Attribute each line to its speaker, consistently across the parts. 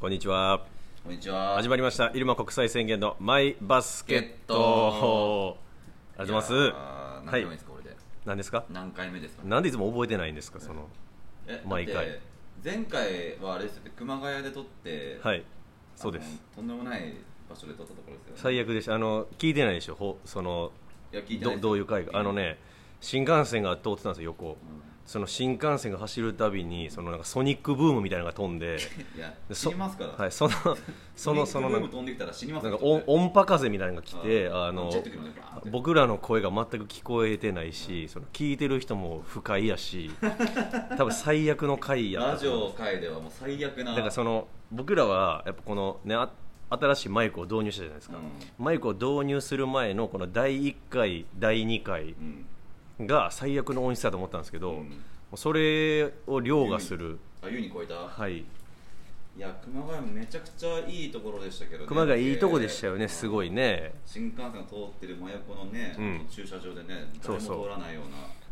Speaker 1: こんにちは
Speaker 2: こんにちは。
Speaker 1: 始まりました入間国際宣言のマイバスケットありがとうござい
Speaker 2: やー
Speaker 1: ます
Speaker 2: 何
Speaker 1: は
Speaker 2: 回
Speaker 1: い
Speaker 2: 目ですか、これで。
Speaker 1: 何ですか
Speaker 2: 何回目ですか。
Speaker 1: なんでいつも覚えてないんですかその
Speaker 2: え
Speaker 1: 毎回。
Speaker 2: だって前回はあれですよね、熊谷で撮って。。
Speaker 1: はいいそうです。
Speaker 2: とんでもない場所で撮ったところですよね。
Speaker 1: 最悪でしたあの聞いてないでしょほその
Speaker 2: いや、聞いてない
Speaker 1: ど
Speaker 2: です
Speaker 1: どういう回かあの。ね新幹線が通ってたんですよ横
Speaker 2: う
Speaker 1: その新幹線が走るたびにそのなんかソニックブームみたいなのが飛んで
Speaker 2: んいや、
Speaker 1: で
Speaker 2: 死
Speaker 1: そ
Speaker 2: にますから。
Speaker 1: はい、そのそのその
Speaker 2: ブ
Speaker 1: な
Speaker 2: ー
Speaker 1: ん
Speaker 2: ム
Speaker 1: か
Speaker 2: 飛んできたら死にます
Speaker 1: な
Speaker 2: か
Speaker 1: ん
Speaker 2: ら
Speaker 1: か音音波風みたいなのが来てあの
Speaker 2: ジェット機のねバーンって
Speaker 1: 僕らの声が全く聞こえてないしその聞いてる人も不快や し多分最悪の回や
Speaker 2: ラ
Speaker 1: った
Speaker 2: ジ
Speaker 1: と思う
Speaker 2: オ界ではもう最悪な。
Speaker 1: だからその僕らはやっぱこのねあ新しいマイクを導入したじゃないですか、
Speaker 2: う
Speaker 1: マイクを導入する前のこの第1回第2回
Speaker 2: うん。
Speaker 1: が最悪の音質だと思ったんですけど、
Speaker 2: う
Speaker 1: も
Speaker 2: ん
Speaker 1: うそれを凌駕する、
Speaker 2: あ、ユに超えた。
Speaker 1: はい、
Speaker 2: いや、熊谷めちゃくちゃいいところでしたけどね。
Speaker 1: 熊谷いいとこでしたよねすごいね
Speaker 2: 新幹線が通ってる真横のね、
Speaker 1: うん
Speaker 2: 駐車場でね
Speaker 1: そう
Speaker 2: 誰
Speaker 1: そう
Speaker 2: も通らないよう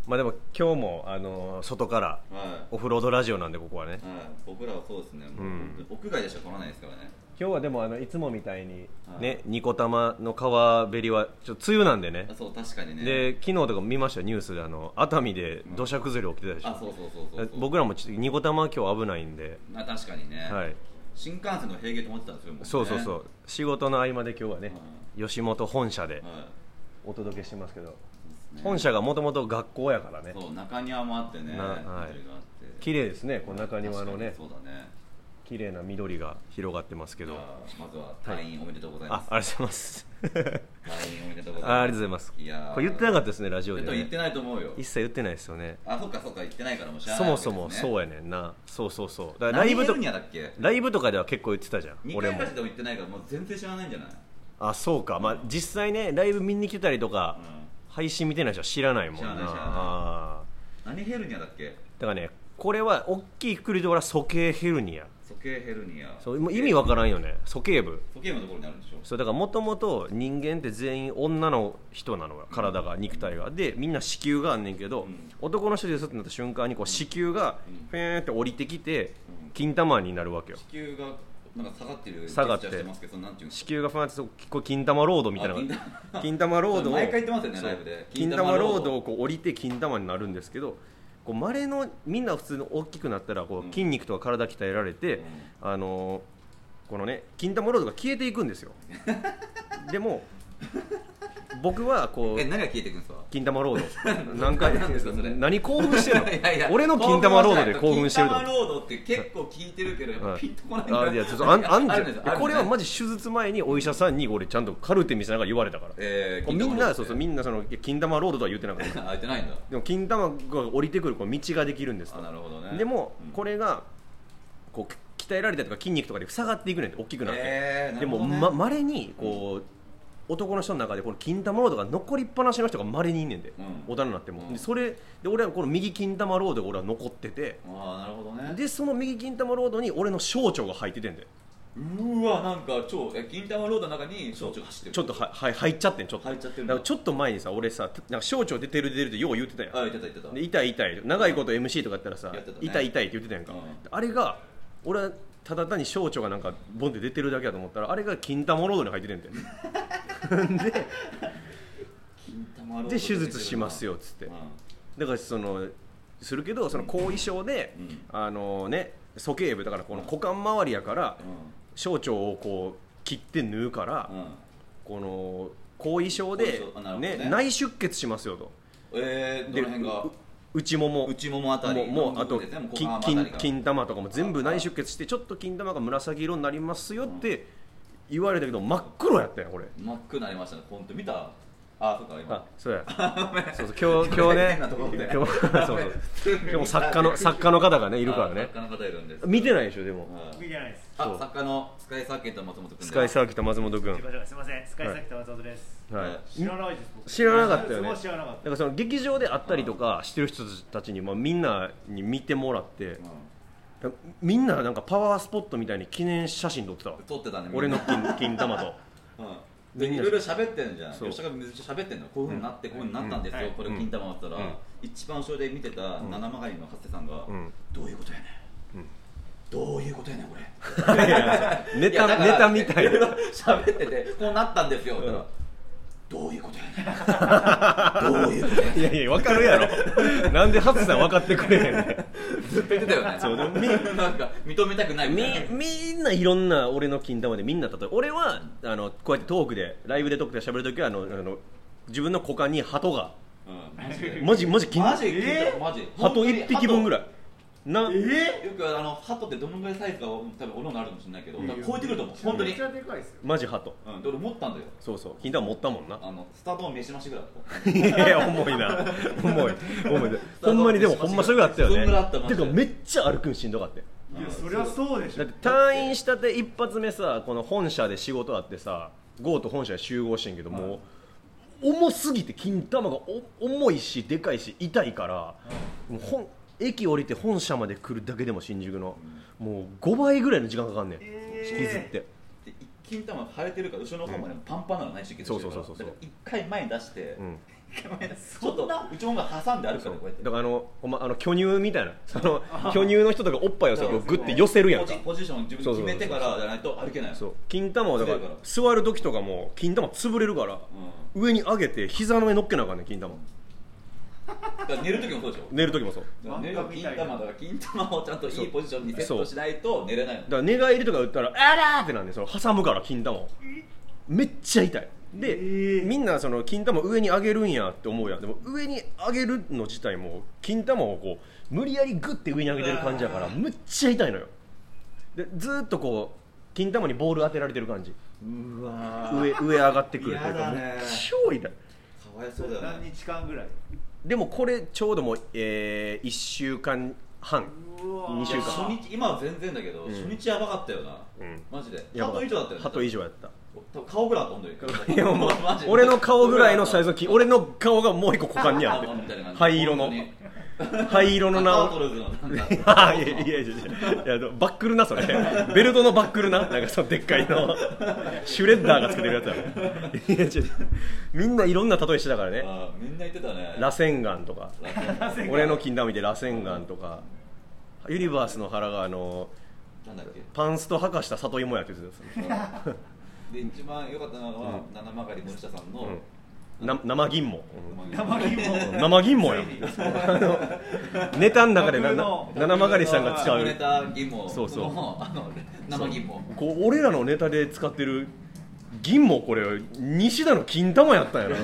Speaker 1: まあでも今日もあの外から
Speaker 2: なはい、はい
Speaker 1: オフロードラジオなんでここはね
Speaker 2: 僕らはそうですね、もう
Speaker 1: うん
Speaker 2: 屋外でしか来らないですからね
Speaker 1: 今日はでもあのいつもみたいに
Speaker 2: はい
Speaker 1: ねニコ玉の川べりはちょっと梅雨なんでね
Speaker 2: あそう確かにね
Speaker 1: で昨日とか見ましたよニュースであの熱海で土砂崩れ起きてたでし
Speaker 2: あ
Speaker 1: ょ
Speaker 2: そうそうそうそうそう
Speaker 1: 僕らもちょっとニコ玉は今日危ないんで
Speaker 2: あ確かにね、
Speaker 1: はい
Speaker 2: 新幹線の平芸止まってたんですよもう、ね、
Speaker 1: そうそうそう仕事の合間で今日はね吉本本社で
Speaker 2: はい
Speaker 1: お届けしてますけど
Speaker 2: そうですね
Speaker 1: 本社がもともと学校やからね
Speaker 2: そう中庭もあってね
Speaker 1: なはい
Speaker 2: 緑があって
Speaker 1: 綺麗ですねこの中庭のね
Speaker 2: 確かにそうだね
Speaker 1: 綺麗な緑が広がってますけ
Speaker 2: じゃ
Speaker 1: ど
Speaker 2: あまずは退院おめでとうございま
Speaker 1: あ
Speaker 2: す、
Speaker 1: ありがとうございます
Speaker 2: 退院おめでとうございま す
Speaker 1: あありがとうございます
Speaker 2: いやー
Speaker 1: これ言ってなかったですねラジオで
Speaker 2: ちょっと
Speaker 1: ね
Speaker 2: 言ってないと思うよ
Speaker 1: 一切言ってないですよね
Speaker 2: あそっかそっか言ってないからもう知ら
Speaker 1: そ
Speaker 2: ない
Speaker 1: も
Speaker 2: わけです
Speaker 1: そ
Speaker 2: ね、
Speaker 1: もそうやねんなそうそうそうだからラ
Speaker 2: ラ
Speaker 1: イ
Speaker 2: イブ
Speaker 1: ブ
Speaker 2: と
Speaker 1: と
Speaker 2: かにやだっけ
Speaker 1: ライブとかでは結構言ってたじゃん
Speaker 2: 2
Speaker 1: 俺
Speaker 2: 回
Speaker 1: も
Speaker 2: かしでも行ってないからもう全然知らないんじゃない、
Speaker 1: あそうかまあ実際ねライブ見に来たりとか配信見てない人は知らないもんな
Speaker 2: 知らない知らない
Speaker 1: あ
Speaker 2: 何ヘルニアだっけ
Speaker 1: ーだからねこれは大きいくくりで俺は鼠径ヘルニア
Speaker 2: 鼠径ヘルニア
Speaker 1: そうもう意味わからんよね鼠径部
Speaker 2: 鼠径部のところにあるんでしょ
Speaker 1: そうだからもともと人間って全員女の人なのよ体が肉体がでみんな子宮があんねんけど、
Speaker 2: うん
Speaker 1: 男の人ですってなった瞬間にこう子宮が
Speaker 2: うん
Speaker 1: フェーンって降りてきて
Speaker 2: うん
Speaker 1: 金玉になるわけよ
Speaker 2: 子宮がなんか下がってる
Speaker 1: 下がって
Speaker 2: ジェスチャーしてますけどそのなんていうんです
Speaker 1: 子
Speaker 2: か
Speaker 1: 宮がファンってこう金玉ロードみたいな
Speaker 2: あ金
Speaker 1: 玉金玉ロードを
Speaker 2: それ毎回言ってますよね
Speaker 1: そう
Speaker 2: ライブで
Speaker 1: 金玉ロードをこう降りて金玉になるんですけどこう稀のみんな普通の大きくなったらこ
Speaker 2: う
Speaker 1: うん筋肉とか体鍛えられて、あのーこのね金玉ロードが消えていくんです よでも僕はこ
Speaker 2: え
Speaker 1: う
Speaker 2: 何が消えていくんですか
Speaker 1: 金玉ロード何回
Speaker 2: 何ですかそれ
Speaker 1: 何興奮してんの
Speaker 2: いやいや
Speaker 1: 俺の金玉ロードで興奮してると
Speaker 2: 金
Speaker 1: 思う
Speaker 2: 玉ロードって結構聞いてるけどやっぱピンとこないんだ
Speaker 1: あいやちょっとあんあんじゃ
Speaker 2: るですよあるんです
Speaker 1: ん
Speaker 2: よ
Speaker 1: これはマジ手術前にお医者さんに俺ちゃんとカルテ見せながら言われたから
Speaker 2: えー
Speaker 1: こうみんなそうそうみ
Speaker 2: ん
Speaker 1: んなそのいや金玉ロードとは言ってなかった
Speaker 2: あ開いてないんだ
Speaker 1: でも金玉が降りてくるこう道ができるんです
Speaker 2: あ
Speaker 1: と
Speaker 2: なるほどね
Speaker 1: でも
Speaker 2: うん
Speaker 1: これがこう鍛えられたりとか筋肉とかで塞がっていくねんって大きくなって、
Speaker 2: えーな
Speaker 1: で
Speaker 2: るほ
Speaker 1: も
Speaker 2: どね
Speaker 1: ま稀にこう男の人の中でこの金玉ロードが残りっぱなしの人が稀にいんねんで、
Speaker 2: うん
Speaker 1: 大人になっても、
Speaker 2: うん
Speaker 1: でそれで俺はこの右金玉ロードが俺は残ってて
Speaker 2: あーなるほどね
Speaker 1: でその右金玉ロードに俺の小腸が入っててんで
Speaker 2: うわなんか超え銀玉ロードの中に小腸が走ってる
Speaker 1: ちょっとははい入っちゃってんちょっと
Speaker 2: 入っちゃってるん
Speaker 1: だ
Speaker 2: だ
Speaker 1: からちょっと前にさ俺さなんか小腸出てる出てるってよう言ってたやん
Speaker 2: あ言ってた言ってた
Speaker 1: で痛い痛い長いこと MC とかやったらさ、
Speaker 2: やってたね
Speaker 1: 痛い痛いって言ってたやんか、
Speaker 2: うん
Speaker 1: あれが俺はただ単に小腸がなんかボンって出てるだけだと思ったらあれが金玉ロードに入っててんてで
Speaker 2: 金玉ロード
Speaker 1: で手術しますよっつって
Speaker 2: うん
Speaker 1: だからそのするけどその後遺症で、
Speaker 2: うん
Speaker 1: あのね鼠径部だからこの股間周りやから小腸をこう切って縫うから、
Speaker 2: うんうん
Speaker 1: この後遺症で
Speaker 2: 後遺症あなるほどね
Speaker 1: ね、内出血しますよと
Speaker 2: えーど
Speaker 1: で
Speaker 2: の辺が
Speaker 1: う内もも
Speaker 2: 内ももあた
Speaker 1: も
Speaker 2: り
Speaker 1: うもうあと
Speaker 2: ですねもう股
Speaker 1: 金
Speaker 2: 間
Speaker 1: 金
Speaker 2: 辺りが
Speaker 1: 金玉とかも全部内出血してちょっと金玉が紫色になりますよって言われたけど真っ黒やったやんこれ
Speaker 2: 真っ黒になりましたね本当見たあそっか
Speaker 1: あ
Speaker 2: 今
Speaker 1: そうや そうそう今日今日ね
Speaker 2: 変なところで
Speaker 1: 今日 そうそう今日も作家の作家の方がねいるから
Speaker 2: あ
Speaker 1: ね
Speaker 2: 作家の方いるんです
Speaker 1: 見てないでしょでも
Speaker 2: はい
Speaker 3: 見てないです。
Speaker 2: あ作家のスカイサーキットの松本君
Speaker 1: スカイサ
Speaker 2: ー
Speaker 1: ーキット松本君
Speaker 3: 自己紹介すみません。スカイサーキット松本です。
Speaker 1: は
Speaker 3: 知らないです。僕
Speaker 1: 知らなかったよね
Speaker 3: そう知らなかっ
Speaker 1: いなんかその劇場で会ったりとかしてる人たちにまあみんなに見てもらってみんななんかパワースポットみたいに記念写真撮ってたわ
Speaker 2: 撮ってたねみんな
Speaker 1: 俺の 金金玉と。
Speaker 2: うんでいろいろ喋ってんじゃん
Speaker 1: そう
Speaker 2: 吉高君めっちゃ喋ってんのこういうふうになってこういうふうになったんです
Speaker 3: うん
Speaker 2: よ
Speaker 3: はい
Speaker 2: これ金玉だったら
Speaker 1: うん
Speaker 2: 一番後ろで見てた七曲りの長瀬さんが
Speaker 1: うん
Speaker 2: どういうことやねんどういうことやねんこれ
Speaker 1: ネ
Speaker 2: いやだ
Speaker 1: タ
Speaker 2: か
Speaker 1: ネ
Speaker 2: ら
Speaker 1: タみたい
Speaker 2: ろ
Speaker 1: な
Speaker 2: ろ喋っててこうなったんですよ、
Speaker 1: ん
Speaker 2: どういうことや ねんどういうことやねん
Speaker 1: いやいや分かるや ろなんでハツさん分かってくれへんねん
Speaker 2: ずっと言ってたよね
Speaker 1: そうでもみ
Speaker 2: なんか認めたくないみ
Speaker 1: み
Speaker 2: たいな
Speaker 1: みんないろんな俺の金玉でみんな例えば俺はあのこうやってトークでライブでトークで喋るときはあのあの自分の股間に鳩が
Speaker 2: うんマジで
Speaker 1: マジマジ金
Speaker 2: マジ聞い
Speaker 3: え
Speaker 2: たマジ
Speaker 1: 鳩一匹分ぐら
Speaker 2: い
Speaker 1: いな
Speaker 2: よくあの鳩ってどのぐらいサイズか多分おのあるかもしれないけど多分超えてくると思う本当に
Speaker 3: めっちゃでかいですよ
Speaker 1: マジ鳩
Speaker 2: うんで俺持ったんだよ
Speaker 1: そうそう金玉持ったもんな
Speaker 2: あのスタートの飯増しぐらいだっ た
Speaker 1: いや重い な重い重いほんまにでもほんまそれぐらいあったよ
Speaker 2: そんぐらいあった
Speaker 1: ね
Speaker 2: マ
Speaker 1: て
Speaker 2: ジで
Speaker 1: かめっちゃ歩くんしんどかったよ
Speaker 3: いやそりゃそうでし
Speaker 1: だ
Speaker 3: ょ
Speaker 1: って退院したて一発目さこの本社で仕事あってさゴーと本社で集合してんけども、重すぎて金玉がお重いしでかいし痛いから、もう本駅降りて本社まで来るだけでも新宿の、もう5倍ぐらいの時間かかんねん、
Speaker 3: えー
Speaker 1: 引きずって
Speaker 2: で一金玉腫れてるから後ろの方までパンパンなのない出血してるか
Speaker 1: そ
Speaker 2: ら
Speaker 1: うそうそうそう
Speaker 2: だから一回前に出して
Speaker 1: うん
Speaker 2: 一回前に出してちょっと内ももが挟んで歩くからこうやって
Speaker 1: だからあのほんまあの巨乳みたいなあの巨乳の人とかおっぱいをさこうグッて寄せるやん
Speaker 2: ポ
Speaker 1: か
Speaker 2: ジポジション自分で決めてからじゃないと歩けない
Speaker 1: そう金玉をだから
Speaker 2: 強いから
Speaker 1: 座る時とかも金玉潰れるから、上に上げて膝の上乗っけなあかんねん金玉
Speaker 2: だから寝る時もそうでしょ
Speaker 1: 寝る時もそう
Speaker 2: だから寝る時金玉だから金玉をちゃんといいポジションにセッ
Speaker 1: そう
Speaker 2: トしないと寝れないの
Speaker 1: だから寝返りとか打ったら「あら!」ってなんでその挟むから金玉をめっちゃ痛いで、
Speaker 3: えー
Speaker 1: みんなその金玉上に上げるんやって思うやんでも上に上げるの自体も金玉をこう無理やりグッて上に上げてる感じやから
Speaker 2: うわ
Speaker 1: むっちゃ痛いのよでずーっとこう金玉にボール当てられてる感じ
Speaker 2: うわ
Speaker 1: 上上上がってくるという
Speaker 2: 嫌だ
Speaker 1: か
Speaker 2: ね
Speaker 1: もう超痛い
Speaker 2: かわいそうだよね
Speaker 3: 何日間ぐらい
Speaker 1: でもこれちょうどもう、え1週間半
Speaker 3: うわー
Speaker 1: 二週間
Speaker 2: いや初日今は全然だけど、
Speaker 1: ん
Speaker 2: 初日やばかったよな、
Speaker 1: うん
Speaker 2: マジで
Speaker 1: やばか
Speaker 2: 鳩以上だったよね
Speaker 1: 鳩以上やった
Speaker 2: 多分顔ぐらいあった本当に
Speaker 1: いやもう
Speaker 2: マジで
Speaker 1: 俺の顔ぐらいのサイズの
Speaker 2: 顔
Speaker 1: 金俺の顔がもう一個股間にあって
Speaker 2: あみたいな感じ
Speaker 1: 灰色の
Speaker 2: 本
Speaker 1: 灰色
Speaker 2: 当
Speaker 1: の
Speaker 2: に
Speaker 1: な
Speaker 2: タートルズのなんか
Speaker 1: あいやいやいやいやいやバックルなそれベルトのバックルななんかそのでっかいのシュレッダーがつけてるやつやろいやちょっとみんないろんな例えしてたからね
Speaker 2: あーみんな言ってたね
Speaker 1: 螺旋岩とか
Speaker 2: ラス
Speaker 1: 俺の金玉見て螺旋岩とかユニバースの腹があの
Speaker 2: なんだっけ
Speaker 1: パンスト吐かした里芋やって言ってたんですよ
Speaker 2: で一番良かったのは、七曲り森下さんの、
Speaker 1: うんな生銀も、
Speaker 3: 生銀も
Speaker 1: うん生銀もやん
Speaker 3: ついに
Speaker 1: ネタの中でな
Speaker 3: 僕の
Speaker 1: 七曲りさんが使
Speaker 2: 下
Speaker 1: う
Speaker 2: ネタ疑問
Speaker 1: そうそう
Speaker 2: のあの生疑問
Speaker 1: こう俺らのネタで使ってる銀もこれ西田の金玉やったんや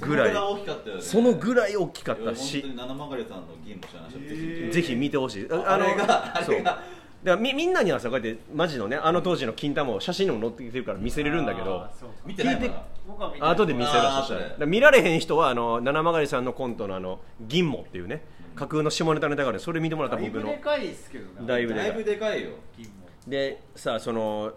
Speaker 1: なぐらい
Speaker 2: その大きかったよね
Speaker 1: そのぐらい大きかっ
Speaker 2: いや
Speaker 1: たし
Speaker 2: 本当に七曲りさんの疑問知らない人
Speaker 3: え
Speaker 2: ぜ
Speaker 3: ー
Speaker 1: ぜひ見てほしい
Speaker 2: あれがあ
Speaker 1: そう
Speaker 2: れが
Speaker 1: だからみみんなにはさこうやってマジのねあの当時の金玉を写真にも載ってきてるから見せれるんだけど
Speaker 3: あーそうか
Speaker 2: 見てない
Speaker 1: 聞い
Speaker 2: か
Speaker 1: て
Speaker 2: ら
Speaker 3: 僕は見てない
Speaker 1: 後で見せる
Speaker 2: あー
Speaker 1: そしたら
Speaker 2: 後で
Speaker 1: だから見られへん人はあの七曲りさんのコントのあの銀もっていうね架空の下ネタネタがあるんでそれ見てもらった
Speaker 3: だ
Speaker 1: ら
Speaker 3: い
Speaker 1: 僕
Speaker 3: ぶ
Speaker 1: の
Speaker 3: でかいですけどね
Speaker 1: だいぶでか
Speaker 2: だ
Speaker 1: い
Speaker 2: いぶでかいよ
Speaker 3: 銀も
Speaker 1: でさあその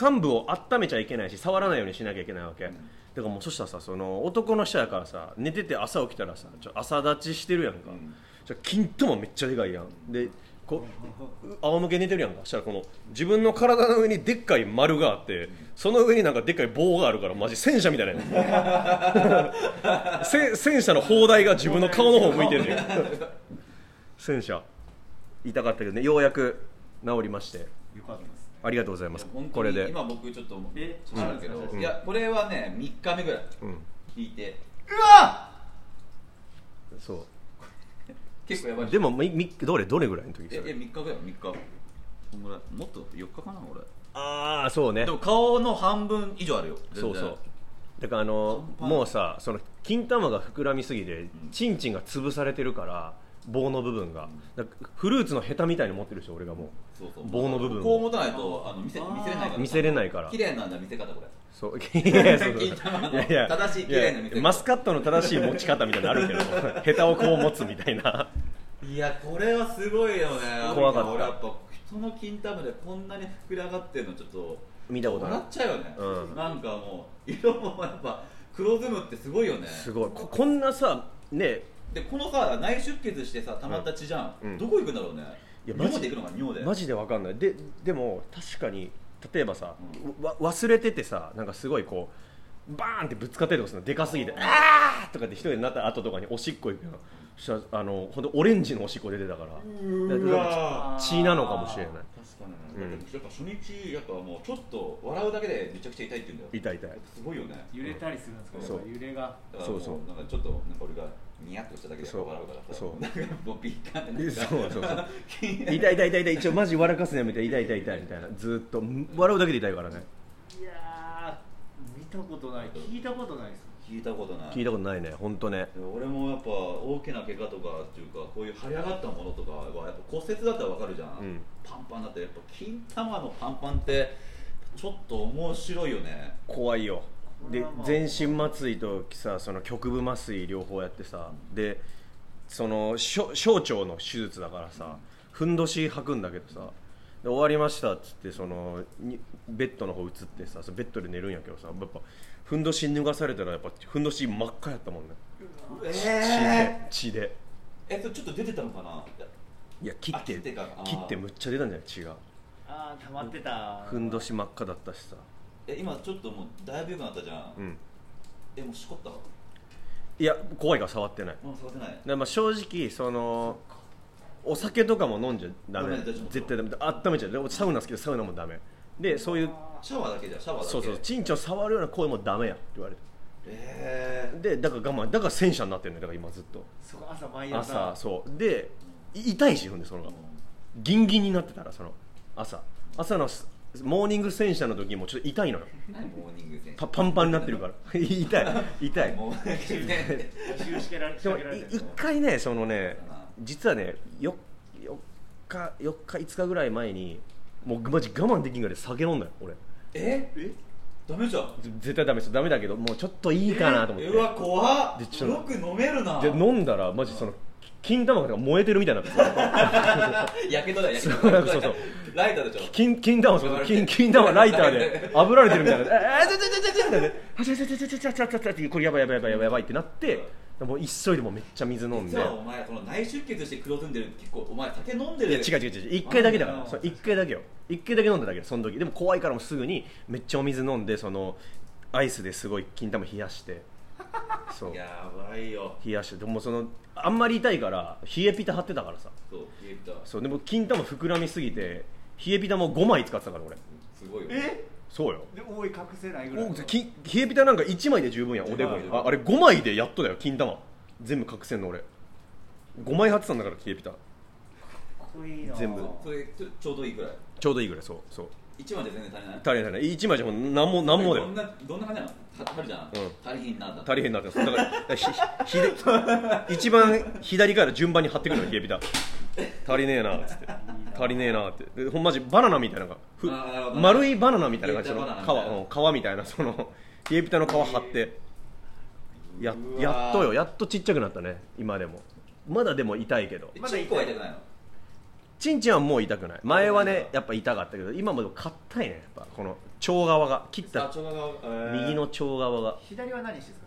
Speaker 1: 幹部を温めちゃいけないし触らないようにしなきゃいけないわけ、だからもうそしたらさその男の人やからさ寝てて朝起きたらさちょ朝立ちしてるやんか、
Speaker 2: うん
Speaker 1: じゃ金玉めっちゃでかいやんでこう仰向け寝てるやんかそしたらこの自分の体の上にでっかい丸があってその上になんかでっかい棒があるからマジ戦車みたいなやん せ戦車の砲台が自分の顔の方向いてるねん戦車痛かったけどねようやく治りまして
Speaker 3: よかったです
Speaker 1: ありがとうございます。
Speaker 2: 本当に
Speaker 1: これで。
Speaker 2: 今僕ちょっと
Speaker 3: え
Speaker 2: そうなんだけど、
Speaker 3: うん
Speaker 2: いやこれはね3日目ぐらい
Speaker 1: うん。
Speaker 2: 聞いてうわ
Speaker 1: そ。
Speaker 2: 結構やばいう
Speaker 1: でも、み、み、どれ、どれぐらいの時
Speaker 2: え
Speaker 1: それ
Speaker 2: え3日ぐらい3日こんぐらいもっと4日かな俺
Speaker 1: ああ、そうね
Speaker 2: で。も顔の半分以上あるよ
Speaker 1: そうそうだ
Speaker 2: 全。
Speaker 1: から、あの、
Speaker 2: 乾杯
Speaker 1: もうさ、その金玉が膨らみすぎて、チンチンが潰されてるから。棒の部分が、だからフルーツのヘタみたいに持ってるでしょ、俺がも
Speaker 2: 然そうそう
Speaker 1: 棒の部分
Speaker 2: こう持たないとあの見せ見せれないから
Speaker 1: う。見せれないから
Speaker 2: 綺。麗なんだ見せ方これ
Speaker 1: そう、 いやいや、そう
Speaker 2: 金玉の正しい綺麗な見せ方
Speaker 1: やマスカットの正しい持ち方みたいなのあるけど、ヘタをこう持つみ たいな。
Speaker 2: いやこれはすごいよね
Speaker 1: 怖かった
Speaker 2: 俺やっぱ人の金玉でこんなに膨れ上がってるのちょっと
Speaker 1: 見たことある
Speaker 2: 笑っちゃうよね、
Speaker 1: うん
Speaker 2: なんかもう色もやっぱ黒ずむってすごいよね
Speaker 1: すごい、こ、こんなさ、ね。
Speaker 2: でこのさ内出血してさたまった血じゃん、
Speaker 1: うん
Speaker 2: どこ行くんだろうね
Speaker 1: いやマジ
Speaker 2: 尿で行くのか尿で
Speaker 1: マジでわかんないででも確かに例えばさ、わ忘れててさなんかすごいこうバーンってぶつかったりとかするのでかすぎてあーとかって一人になった後とかにおしっこ行くよそしたらあの本当オレンジのおしっこ出てたから
Speaker 2: うわ
Speaker 3: ー
Speaker 1: 血なのかもしれない
Speaker 2: 確かに、
Speaker 1: うん
Speaker 2: だってやっぱ初日やっぱもうちょっと笑うだけでめちゃくちゃ痛いって言うんだよ
Speaker 1: 痛い痛い
Speaker 2: すごいよね
Speaker 3: 揺れたりするんですか、
Speaker 1: そう
Speaker 3: やっぱ揺れ
Speaker 2: だ
Speaker 3: が。
Speaker 2: から
Speaker 1: そうそう
Speaker 2: もなんかちょっとなんか俺がニヤッとしただけでやっぱ笑うからさ
Speaker 1: そうそう
Speaker 2: なんかもうビッカーってな
Speaker 1: え
Speaker 2: ん
Speaker 1: そ
Speaker 2: か
Speaker 1: うそうそう痛い痛い痛い痛い一応マジ笑かすねみたいな痛い痛い痛いみたいなずーっとん笑うだけで痛いからね
Speaker 3: いやー、見たことない、聞いたことないです。
Speaker 2: 聞いたことない
Speaker 1: 聞いたことないね本当ね
Speaker 2: 俺もやっぱ大きな怪我とかっていうかこういう腫れ上がったものとかはやっぱ骨折だったらわかるじゃん、
Speaker 1: うん
Speaker 2: パンパンだってやっぱ金玉のパンパンってちょっと面白いよね
Speaker 1: 怖いよで
Speaker 3: これは
Speaker 1: 全
Speaker 3: も
Speaker 1: 身
Speaker 3: う
Speaker 1: 麻酔とさその局部麻酔両方やってさでその小小腸の手術だからさふんどし履くんだけどさで終わりましたっつってそのにベッドの方移ってさそのベッドで寝るんやけどさやっぱふんどし脱がされたらやっぱふんどし真っ赤やったもんね
Speaker 2: え
Speaker 1: 血で血で
Speaker 2: えっとちょっと出てたのかない
Speaker 1: や切っ
Speaker 2: あ切
Speaker 1: て
Speaker 2: ってかあー
Speaker 1: 切ってむっちゃ出たんじゃない血が
Speaker 3: あー、溜まってた。
Speaker 1: ふんどし真っ赤だったしさ
Speaker 2: え今ちょっともうだいぶ良くなったじゃん、
Speaker 1: うん
Speaker 2: えもうしこったも
Speaker 1: いや怖いから触ってないう
Speaker 2: 触ってない
Speaker 1: でまあ正直そのお酒とかも飲んじゃダメ
Speaker 2: ダメ大丈夫
Speaker 1: 絶対ダメ温めちゃうでサウナ好きでサウナもダメでそういう
Speaker 2: シャワーだけじゃんシャワーだけ
Speaker 1: そうそうチンチョン触るような声もダメやって言われて
Speaker 2: えー、
Speaker 1: でだから我慢だから戦車になってるのよだから今ずっと
Speaker 3: そこ朝毎朝。
Speaker 1: 朝そうでい痛いしほんでその
Speaker 2: う
Speaker 1: が
Speaker 2: ん
Speaker 1: ギンギンになってたらその朝朝のすモーニング戦車の時もちょっと痛いのよ
Speaker 2: 何モーニング選手
Speaker 1: パパンパンになってるから 痛い痛い
Speaker 2: モーニング選 手
Speaker 3: 押し付けられ仕
Speaker 1: でも
Speaker 3: 掛けられ
Speaker 1: い
Speaker 3: てる
Speaker 1: 一回ねそのね実はねよ4日4日5日ぐらい前にもうマジ我慢できんぐらい酒飲んだよ俺
Speaker 2: え
Speaker 3: え
Speaker 2: ダメじゃん
Speaker 1: ぜ絶対ダメですダメだけどもうちょっといいかなと思って、
Speaker 2: うわ怖っ
Speaker 1: でちょ
Speaker 2: よく飲めるな
Speaker 1: で飲んだらマジその金玉が燃えてるみたいになってさ
Speaker 2: やけどだよやけ
Speaker 1: そう
Speaker 2: ど
Speaker 1: そうそう
Speaker 2: ライターでしょ
Speaker 1: 金金玉そうそう金金玉ライターで炙られてるみたいなえーちょちょちょちょちょちょちょちょちょちょちょちょちょってこれやばいやばいやばいやばいやばいってなってもう急いでもうめっちゃ水飲んで
Speaker 2: 実はお前その内出血して黒ずんでる結構お前酒飲んで
Speaker 1: い
Speaker 2: る
Speaker 1: や違う違う違う1回だけだから
Speaker 3: あー
Speaker 1: そう1回だけよ1回だけ飲んだだけでその時でも怖いからもうすぐにめっちゃお水飲んでそのアイスですごい金玉冷やして そう
Speaker 2: やばいよ
Speaker 1: 冷やしてでもそのあんまり痛いから冷えピタ貼ってたからさ
Speaker 2: そう言えた
Speaker 1: そうでも金玉膨らみすぎて冷えピタも5枚使ってたから俺
Speaker 2: すごいよ
Speaker 3: え
Speaker 1: そうよ
Speaker 3: で、覆い隠せないぐらい。
Speaker 1: おき冷えピタなんか1枚で十分やんおでこにああれ5枚でやっとだよ金玉全部隠せんの俺5枚貼ってたんだから冷えピタ
Speaker 3: かっこいいな
Speaker 1: 全部
Speaker 2: それちょちょうどいいぐらい
Speaker 1: ちょうどいいぐらいそうそう
Speaker 2: 一枚で全然足りない
Speaker 1: 足りない足りない1枚じゃもう何も何もだよ
Speaker 2: どんなどんな感じなのは貼るじゃん
Speaker 1: うん
Speaker 2: 足りひんなだ
Speaker 1: 足りへんなってますだからだからひひで一番左から順番に張ってくるのよ冷えピタ足りねえなっつって足りねえなってでほんまじバナナみたいなのがふ
Speaker 2: あーなるほどね
Speaker 1: 丸いバナナみたいな感じ
Speaker 2: 冷えたバナナみたいな
Speaker 1: の皮うん皮みたいなその冷えピタの皮張ってや
Speaker 2: うわー
Speaker 1: やっとよやっとちっちゃくなったね今でもまだでも痛いけど
Speaker 2: え
Speaker 3: まだ
Speaker 2: チンコは痛くないの
Speaker 1: チンチンはもう痛くない前はねやっぱ痛かったけど今もでも硬いねやっぱこの腸側が切った
Speaker 2: あちょうどえー
Speaker 1: 右の腸側が
Speaker 3: 左は何してるんですか、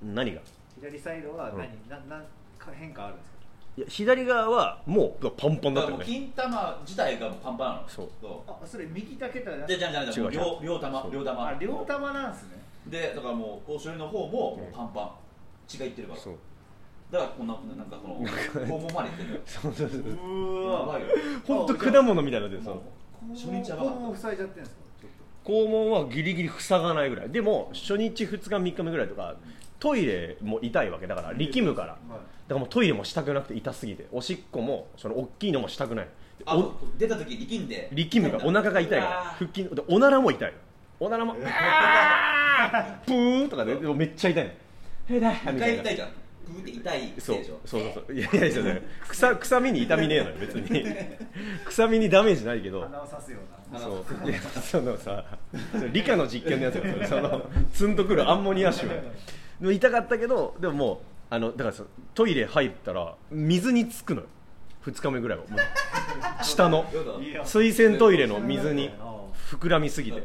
Speaker 3: その間。
Speaker 1: 何が
Speaker 3: 左サイドは
Speaker 1: う
Speaker 3: 何、な、なんか変化あるんです
Speaker 1: いや左側はもうパンパンだった
Speaker 2: だから
Speaker 1: よ
Speaker 2: もう
Speaker 1: ね
Speaker 2: 金玉自体がもうパンパンなの
Speaker 1: そう
Speaker 3: か。あ、それ右だけだな
Speaker 2: でじゃんじゃんじゃんもう
Speaker 1: 違う違
Speaker 2: 両
Speaker 1: う
Speaker 2: 両
Speaker 1: そ
Speaker 2: 玉
Speaker 1: う
Speaker 2: 両玉
Speaker 3: あ、両玉なんですね。
Speaker 2: でだからもうお醤油の方ももうパンパン血がいってるから
Speaker 1: そう
Speaker 2: だからこんななんかこの肛門までいってるのよ
Speaker 1: そうそうそう
Speaker 3: う
Speaker 2: やば
Speaker 3: ー
Speaker 2: いよ
Speaker 1: 本当果物みたいなのでそ
Speaker 2: もう
Speaker 1: の
Speaker 2: 初日やばかった
Speaker 3: もう塞いじゃってるんですか。ちょっ
Speaker 1: 肛門はギリギリ塞がないぐらいでも初日2日3日目ぐらいとかトイレも痛いわけだから力むからだか
Speaker 3: と。はい。
Speaker 1: らもうトイレもしたくなくて痛すぎておしっこもその大きいのもしたくない
Speaker 2: あ
Speaker 1: お
Speaker 2: 出た時力んで
Speaker 1: 力むからお腹が痛いから
Speaker 2: うわ
Speaker 1: 腹筋でおならも痛いおならも「あープー」とかででもめっちゃ痛いの「痛い」
Speaker 2: ー
Speaker 1: みた
Speaker 2: 一
Speaker 1: い
Speaker 2: 回
Speaker 1: な
Speaker 2: 痛いじゃんグーって痛いでし
Speaker 1: そ
Speaker 2: ょ
Speaker 1: うそうそうそういやいやいやいや臭臭みに痛みねえのよ別に臭みにダメージないけど
Speaker 3: 鼻を刺すような。
Speaker 1: そういやそのさその理科の実験のやつがそれそのツンとくるアンモニア臭でも痛かったけどでももうあのだからさトイレ入ったら水につくのよ2日目ぐらいはもう下の
Speaker 2: よく
Speaker 3: いいよ
Speaker 1: 水洗トイレの 水に
Speaker 3: は
Speaker 1: 膨らみすぎて
Speaker 3: い。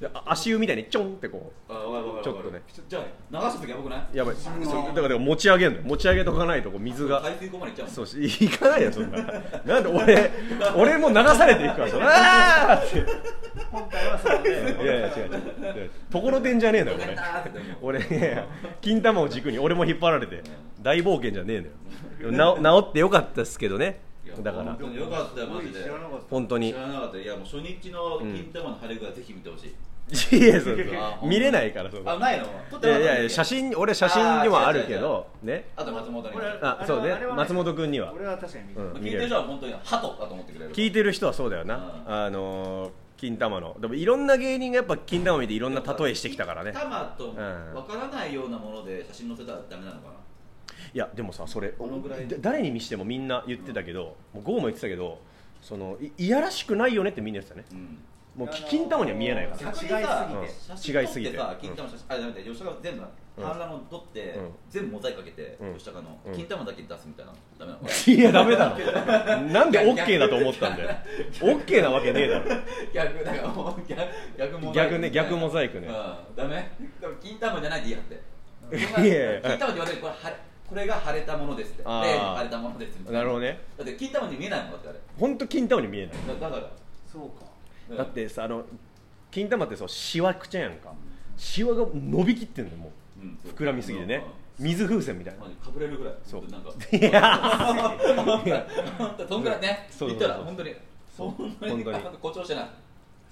Speaker 1: であ足湯みたいにちょんってこ
Speaker 2: あわかるわかるわかる
Speaker 1: ちょっとね
Speaker 2: じゃあ流した時やばくないう
Speaker 1: やばいそうだからだから持ち上げんのよ持ち上げとかないとこう水が
Speaker 2: 海水溝までいっちゃうもん
Speaker 1: そうし行かないよそんななんで俺俺も流されていくからそのあーって
Speaker 3: あ本体はそこで
Speaker 1: いやいや違う違うところてんじゃねえのよ俺俺いやいや金玉を軸に俺も引っ張られて大冒険じゃねえのよな治ってよかったっすけどねだから
Speaker 2: 本当によかったよマジです
Speaker 3: ごい知らなかった
Speaker 1: 本当に
Speaker 2: 知らなかったいやもう初日の金玉の晴れ具合ぜひ見てほしい、
Speaker 1: いやそうそう
Speaker 2: あ
Speaker 1: 見れないからそ
Speaker 2: あ
Speaker 1: こ
Speaker 2: ないの撮っ
Speaker 1: い
Speaker 2: てなか
Speaker 1: や
Speaker 2: った
Speaker 1: いや写真俺写真にもあるけどね
Speaker 2: あと松本に
Speaker 3: これは
Speaker 1: あ
Speaker 3: あれは
Speaker 1: そうね
Speaker 3: あれは
Speaker 1: 松本君には
Speaker 3: 俺は確かに見て
Speaker 1: うん
Speaker 3: る
Speaker 2: 聞いてる人は本当にハトだと思ってくれる
Speaker 1: 聞いてる人はそうだよな、
Speaker 2: う
Speaker 1: あのー金玉のでもいろんな芸人がやっぱ金玉見ていろんな例えしてきたからね
Speaker 2: 玉と
Speaker 1: ん
Speaker 2: わからないようなもので写真載せたらダメなのか
Speaker 1: いやでもさそれ
Speaker 2: このぐらい
Speaker 1: だ誰に見してもみんな言ってたけど、もうゴーも言ってたけどそのいいやらしくないよねってみんな言ってたね
Speaker 2: な、うん
Speaker 1: もう
Speaker 3: あのー
Speaker 1: 金玉には見えないから
Speaker 3: 違いすぎ
Speaker 1: うん
Speaker 3: て
Speaker 2: 写真
Speaker 1: 違い
Speaker 2: 撮
Speaker 1: す
Speaker 2: っ
Speaker 1: ぎて
Speaker 2: てさ金玉の写真、あダメだ吉高全部
Speaker 1: うん
Speaker 2: 反乱を撮って、
Speaker 1: うん
Speaker 2: 全部モザイクかけて、
Speaker 1: うん
Speaker 2: 吉高の
Speaker 1: うん
Speaker 2: 金玉だけ出すみたいなのダメなのか
Speaker 1: いやダメだろなんで OK だと思ったんだよ OK なわけねえだろ
Speaker 2: 逆だからもう逆逆モザイク
Speaker 1: 逆ね逆モザイクね
Speaker 2: うん、ダメでも金玉じゃないでいいやって
Speaker 1: いやいや
Speaker 2: 金玉って言われるこれはこれが腫れたものですって例
Speaker 1: あー
Speaker 2: の腫れたものですみたい
Speaker 1: なるほどね
Speaker 2: だって金玉に見えないもんだってあれ
Speaker 1: 本当金玉に見えない
Speaker 2: だだから、
Speaker 3: そうか
Speaker 2: うん
Speaker 1: だってさあの金玉ってそうシワくちゃやんかシワが伸びきってんのよも
Speaker 2: うん
Speaker 1: う膨らみすぎてね
Speaker 2: うん
Speaker 1: 水風船みたいな
Speaker 2: まあかぶれるぐらい
Speaker 1: そう
Speaker 2: な んか
Speaker 1: いや
Speaker 2: 本当そんぐらいね
Speaker 1: そうそうそう
Speaker 2: 言ったら本当に
Speaker 1: そう
Speaker 2: 本当に
Speaker 1: 本当に
Speaker 2: あ誇張してない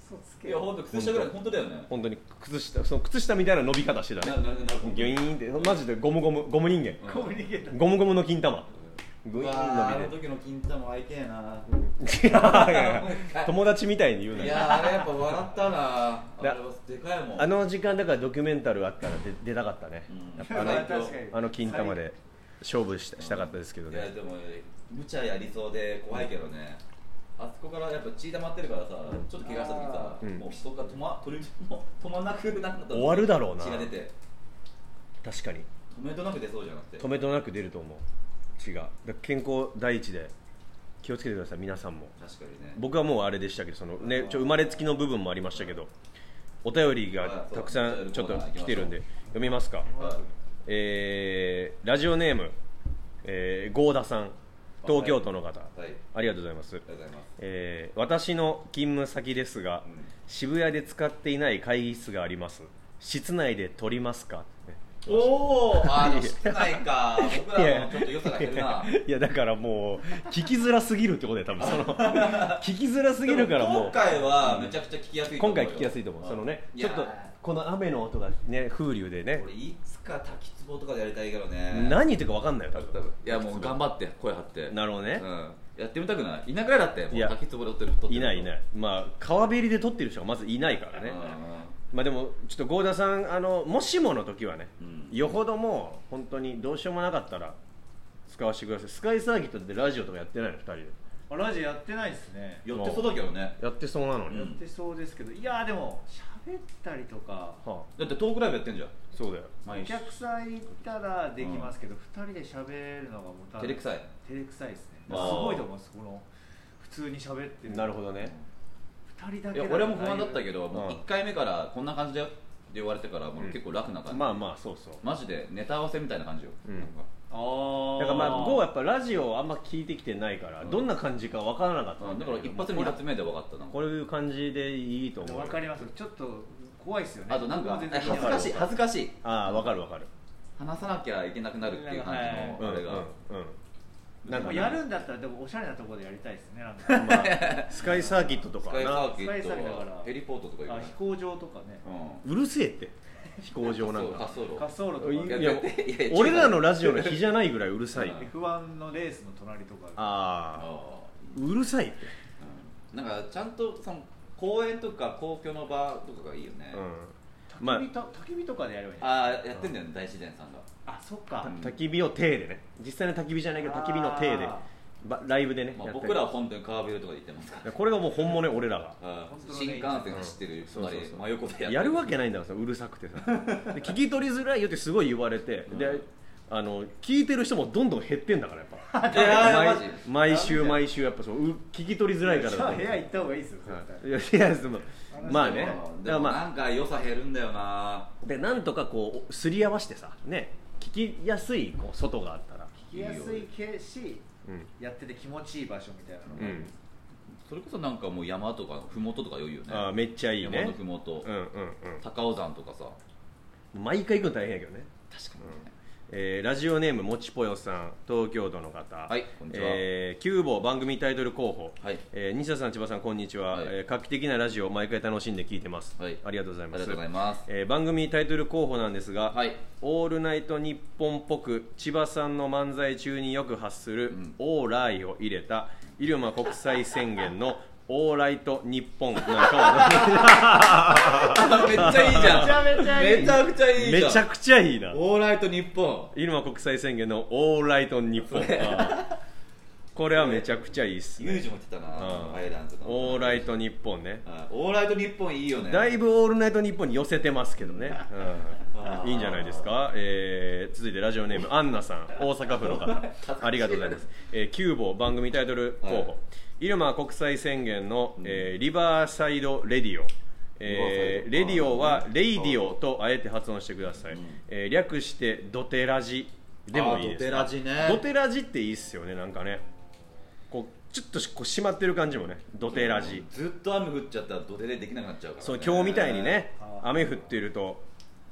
Speaker 3: そうつ
Speaker 2: い
Speaker 3: け
Speaker 2: や本当靴下ぐらい本当だよね
Speaker 1: 本当に靴下その靴下みたいな伸び方してた
Speaker 2: な
Speaker 1: ね
Speaker 2: るなるなる
Speaker 1: ギュイーンってマジでゴムゴムゴム人間
Speaker 3: コミュニケーター
Speaker 1: ゴムゴムの金玉
Speaker 2: う
Speaker 1: グイ
Speaker 2: わ
Speaker 1: ー
Speaker 2: ーあ
Speaker 1: ン伸
Speaker 2: の
Speaker 1: びて
Speaker 2: 時の金玉会いてえない
Speaker 1: やいやいや友達みたいに言うないよ
Speaker 2: やーあれやっぱ笑ったなあれ
Speaker 1: だ
Speaker 2: はでかいもん
Speaker 1: あの時間だからドキュメンタルあったら出出たかったね
Speaker 2: うん
Speaker 1: やっ
Speaker 2: あ
Speaker 1: ぱあ
Speaker 2: の
Speaker 1: の
Speaker 2: ま
Speaker 3: 確かに
Speaker 1: あの金玉で勝負したしたかったですけど
Speaker 2: いや
Speaker 1: ね
Speaker 2: でも無茶やりそうで怖いけどねあそこからやっぱ血溜まってるからさちょっと怪我した時さ
Speaker 1: あー
Speaker 2: もうそこから止ま取りもう止まんなくなった
Speaker 1: 終わるだろうな
Speaker 2: 血が出て
Speaker 1: 確かに
Speaker 2: 止めとなく出そうじゃなくて
Speaker 1: 止めどなく出ると思う血がだから健康第一で気をつけてください皆さんも
Speaker 2: 確かにね
Speaker 1: 僕はもうあれでしたけどその、ね、ちょ生まれつきの部分もありましたけどお便りがたくさんちょっと来てるんで読みますか、
Speaker 2: はい
Speaker 1: えーラジオネーム、えー、郷田さん東京都の方、
Speaker 2: はい
Speaker 1: ありがとうございます
Speaker 2: ありがとうございます
Speaker 1: えー私の勤務先ですが、
Speaker 2: うん
Speaker 1: 渋谷で使っていない会議室があります室内で撮りますか
Speaker 2: おおあの室内か僕
Speaker 1: い
Speaker 2: ら
Speaker 1: や
Speaker 2: のちょっと良さが減る ない
Speaker 1: やだからもう聞きづらすぎるってことで多分 その聞きづらすぎるからもう
Speaker 2: 今回はめちゃくちゃ聞きやすいと
Speaker 1: 今
Speaker 2: 思うよ
Speaker 1: 回聞きやすいと思う、そのね
Speaker 2: うんい
Speaker 1: ちょ
Speaker 2: や
Speaker 1: っとこの雨の音がね風流でね
Speaker 2: 俺いつか滝壺とかでやりたいけどね
Speaker 1: 何言ってるか分かんないよ多分
Speaker 2: いやもう頑張って声張って
Speaker 1: なるほどね
Speaker 2: うん、やってみたくないいなくらいだっても
Speaker 1: いうや
Speaker 2: 滝壺で撮ってる撮ってる
Speaker 1: いないいないいまあ川べりで撮ってる人がまずいないからねまあでもちょっと郷田さんあのもしもの時はね、
Speaker 2: うん
Speaker 1: よほどもう本当にどうしようもなかったら使わせてくださいスカイサーキットでラジオとかやってないの2人で
Speaker 3: あラジオやってないですね
Speaker 2: やってそうだけどね
Speaker 1: やってそうなのに、
Speaker 2: う
Speaker 3: や
Speaker 2: ん
Speaker 3: ってそうですけどいやーでも喋ったりとか
Speaker 1: はあ、
Speaker 2: だってトークライブやってんじゃん
Speaker 1: そうだよ
Speaker 2: 毎
Speaker 3: お
Speaker 2: 週
Speaker 3: 客さんいたらできますけど、二人で喋るのがもう多分
Speaker 2: 照れくさい
Speaker 3: 照れくさいですねす
Speaker 2: あー
Speaker 3: ごいと思いますこの普通に喋ってる
Speaker 1: なるほどね
Speaker 3: 二人だ
Speaker 2: い
Speaker 3: け
Speaker 2: や
Speaker 3: だと
Speaker 2: 俺も不安だったけ
Speaker 3: ど
Speaker 2: ど、も
Speaker 1: う
Speaker 2: う
Speaker 1: ん
Speaker 2: 1回目からこんな感じだよって言われてからもう
Speaker 1: うん
Speaker 2: 結構楽な感じ、
Speaker 1: まあまあそうそう
Speaker 2: マジでネタ合わせみたいな感じよ、
Speaker 1: うん
Speaker 2: なんか
Speaker 3: ああ
Speaker 1: だからまあ
Speaker 3: 5
Speaker 1: GO はやっぱラジオをあんま聞いてきてないから、
Speaker 2: うん
Speaker 1: どんな感じか分からなかった
Speaker 2: うん
Speaker 1: ん
Speaker 2: だ
Speaker 1: だ
Speaker 2: か
Speaker 1: けど
Speaker 2: ら一発目二発目で分かったなんか
Speaker 1: こういう感じでいいと思う
Speaker 3: わかりますちょっと怖いですよね
Speaker 2: あとなんか
Speaker 3: 全
Speaker 2: え
Speaker 3: 然
Speaker 2: 恥ずかしい恥ずかしい
Speaker 1: ああ分かる分かる
Speaker 2: 話さなきゃいけなくなるっていう感じ
Speaker 1: うん
Speaker 2: のあれが、
Speaker 1: うんうん
Speaker 3: で
Speaker 1: なん
Speaker 3: も
Speaker 1: か
Speaker 3: や
Speaker 1: ね、
Speaker 3: るんだったらでもおしゃれなところでやりたいですねなんか
Speaker 1: ま あ、スカイサーキットと
Speaker 2: ス
Speaker 1: か
Speaker 2: カイサ
Speaker 1: な
Speaker 2: ーキッ
Speaker 3: スカイサーキットだ
Speaker 2: ト
Speaker 3: から
Speaker 2: ヘリポートとか行
Speaker 3: あ
Speaker 2: く
Speaker 3: 飛行場とか ね
Speaker 1: うるせえって飛行場なん
Speaker 2: 滑
Speaker 1: か
Speaker 2: 走路
Speaker 3: 滑走路とか
Speaker 1: いや
Speaker 2: いやいや違う
Speaker 1: 俺らのラジオの日じゃないぐらいうるさい
Speaker 2: うん
Speaker 3: F1 のレースの隣とか
Speaker 1: ああ
Speaker 2: あー
Speaker 1: うるさいって
Speaker 2: なんかちゃんとその公園とか公共の場とかがいいよね、
Speaker 1: うんまあ
Speaker 3: 焚き火と焚き火とかでやればいいね
Speaker 2: ああやってんだよね大自然さんが
Speaker 3: あそっか
Speaker 1: 焚き火を手でね実際の焚き火じゃないけど焚き火の手で
Speaker 3: あ
Speaker 1: ばライブでね
Speaker 2: まあ、
Speaker 1: やってる
Speaker 2: 僕らは本当に川べりとかで行ってますから
Speaker 1: これがもう本物よ俺らが
Speaker 2: あー
Speaker 3: 本当だね
Speaker 2: 新幹線走ってる
Speaker 1: そう
Speaker 2: 隣
Speaker 1: そうそう
Speaker 2: 真横でやって
Speaker 1: やるわけないんだからさうるさくてさで聞き取りづらいよってすごい言われて
Speaker 2: うん
Speaker 1: であの聞いてる人もどんどん減ってんだからやっぱ
Speaker 2: いやいやマジ
Speaker 1: 毎毎週毎週やっぱそうう聞き取りづらいから
Speaker 3: じゃあ部屋行った方がいいですよ絶対
Speaker 1: はいいやいやそのまあねだ
Speaker 2: で
Speaker 1: か
Speaker 2: もで
Speaker 1: ら
Speaker 2: も
Speaker 1: まあ
Speaker 2: なんか良さ減るんだよな
Speaker 1: でなんとかこうすり合わせてさね聞きやすいこう外があったら、
Speaker 3: 聞きやすい系し
Speaker 1: うん
Speaker 3: やってて気持ちいい場所みたいなのが、
Speaker 1: うん
Speaker 2: それこそなんかもう山とかふもととか良いよね
Speaker 1: あーめっちゃいい
Speaker 2: 山
Speaker 1: ね
Speaker 2: のふもと
Speaker 1: うんうん
Speaker 2: 高尾山とかさ
Speaker 1: うん毎回行くの大変やけどね
Speaker 2: 確かにね
Speaker 1: えーラジオネームもちぽよさん東京都の方
Speaker 2: はいこんにちは
Speaker 1: えー、キューボ番組タイトル候補、
Speaker 2: はい
Speaker 1: えー西田さん千葉さんこんにちは、
Speaker 2: はい
Speaker 1: えー画期的なラジオ毎回楽しんで聞いてます、
Speaker 2: はい
Speaker 1: ありがとうござい
Speaker 2: あり
Speaker 1: ま
Speaker 2: が
Speaker 1: す
Speaker 2: とうございます
Speaker 1: えー番組タイトル候補なんですが、
Speaker 2: はい
Speaker 1: オールナイトニッポンっぽく千葉さんの漫才中によく発する
Speaker 2: ん
Speaker 1: 「オーライ」を入れた入間国際宣言の「オーライトニッポン」なんか
Speaker 2: めっちゃいいじゃん
Speaker 3: めちゃめちゃいい
Speaker 2: めちゃくちゃ い
Speaker 1: を
Speaker 2: いじ
Speaker 1: めちゃくちゃい
Speaker 2: ゃん
Speaker 1: いな
Speaker 2: オーライト日本
Speaker 1: 入間国際宣言の「オーライトニッポン」あーこれはめちゃくちゃいいっす
Speaker 2: ユー
Speaker 1: ね
Speaker 2: ジも言ってた
Speaker 1: あ
Speaker 2: な
Speaker 1: ー
Speaker 2: アイランズの
Speaker 1: オーライトニッポンね
Speaker 2: はいオーライト日本いいよね
Speaker 1: だいぶ「オールナイトニッポン」に寄せてますけどね、
Speaker 2: あ
Speaker 1: うん、
Speaker 2: ー
Speaker 1: いいんじゃないですか、えー続いてラジオネームアンナさん大阪府の方ありがとうございます、えー、9号番組タイトル候補、
Speaker 2: はい
Speaker 1: 入間国際宣言の、えーリバーサイドレディオ」えーレ
Speaker 2: リ
Speaker 1: デ
Speaker 2: バーサイド
Speaker 1: ィオは
Speaker 2: あー
Speaker 1: レイディオとあえて発音してください、
Speaker 2: うん
Speaker 1: えー略してドテラジでもいいです
Speaker 2: あードテラジね
Speaker 1: ドテラジっていいっすよねなんかねこうちょっとしこう締まってる感じもねドテラジ、
Speaker 2: ずっと雨降っちゃったらドデレできなくなっちゃうからね
Speaker 1: その今日みたいにね
Speaker 3: あー
Speaker 1: 雨降ってると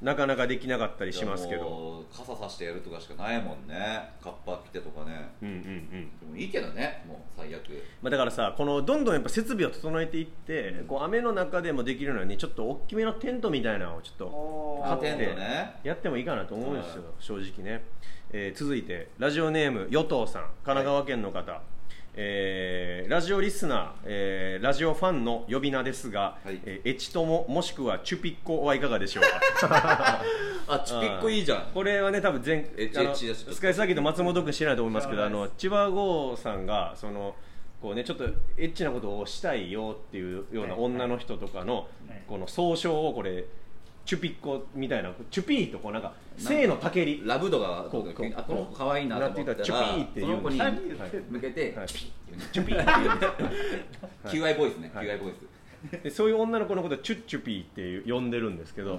Speaker 1: なかなかできなかったりしますけど
Speaker 2: もう傘さしてやるとかしかないもんねカッパ着てとかね
Speaker 1: うんうんうん
Speaker 2: でもいいけどねもう最悪
Speaker 1: まあ、だからさこのどんどんやっぱ設備を整えていって、こう雨の中でもできるのにちょっと大きめのテントみたいなのをちょっと
Speaker 2: 勝
Speaker 1: 買っ
Speaker 2: テ
Speaker 1: て
Speaker 2: ントね
Speaker 1: やってもいいかなと思うんですよ、
Speaker 2: は
Speaker 1: 正直ね、えー続いてラジオネーム与党さん神奈川県の方、えーラジオリスナー、えーラジオファンの呼び名ですが、
Speaker 2: はい
Speaker 1: えーエチトモもしくはチュピッコはいかがでしょうか
Speaker 2: あチピッコいいじゃん
Speaker 1: これはね多分全
Speaker 2: エッチ
Speaker 1: あの
Speaker 2: エッチです
Speaker 1: スカイサーキット松本君知らないと思いますけどあ
Speaker 3: 知らな
Speaker 1: の
Speaker 3: い
Speaker 1: 千葉郷さんがそのこうねちょっとエッチなことをしたいよっていうような
Speaker 3: はい
Speaker 1: 女の人とかの
Speaker 3: はい
Speaker 1: この総称をこれチュピッコみたいなチュピーとこうなんか性のたけり
Speaker 2: ラブ度が
Speaker 1: こうこう
Speaker 2: あこの子可愛いなと思った
Speaker 1: なっ
Speaker 2: ら
Speaker 1: て言ったらチュピーって言うん
Speaker 2: その子に
Speaker 3: 何言ってんの
Speaker 2: 向けて
Speaker 1: はい
Speaker 2: チュピーって言うんだよ 求愛ボイスね
Speaker 1: はい
Speaker 2: 求愛ボイス
Speaker 1: でそういう女の子のことをチュッチュピーっていう呼んでるんですけど
Speaker 2: う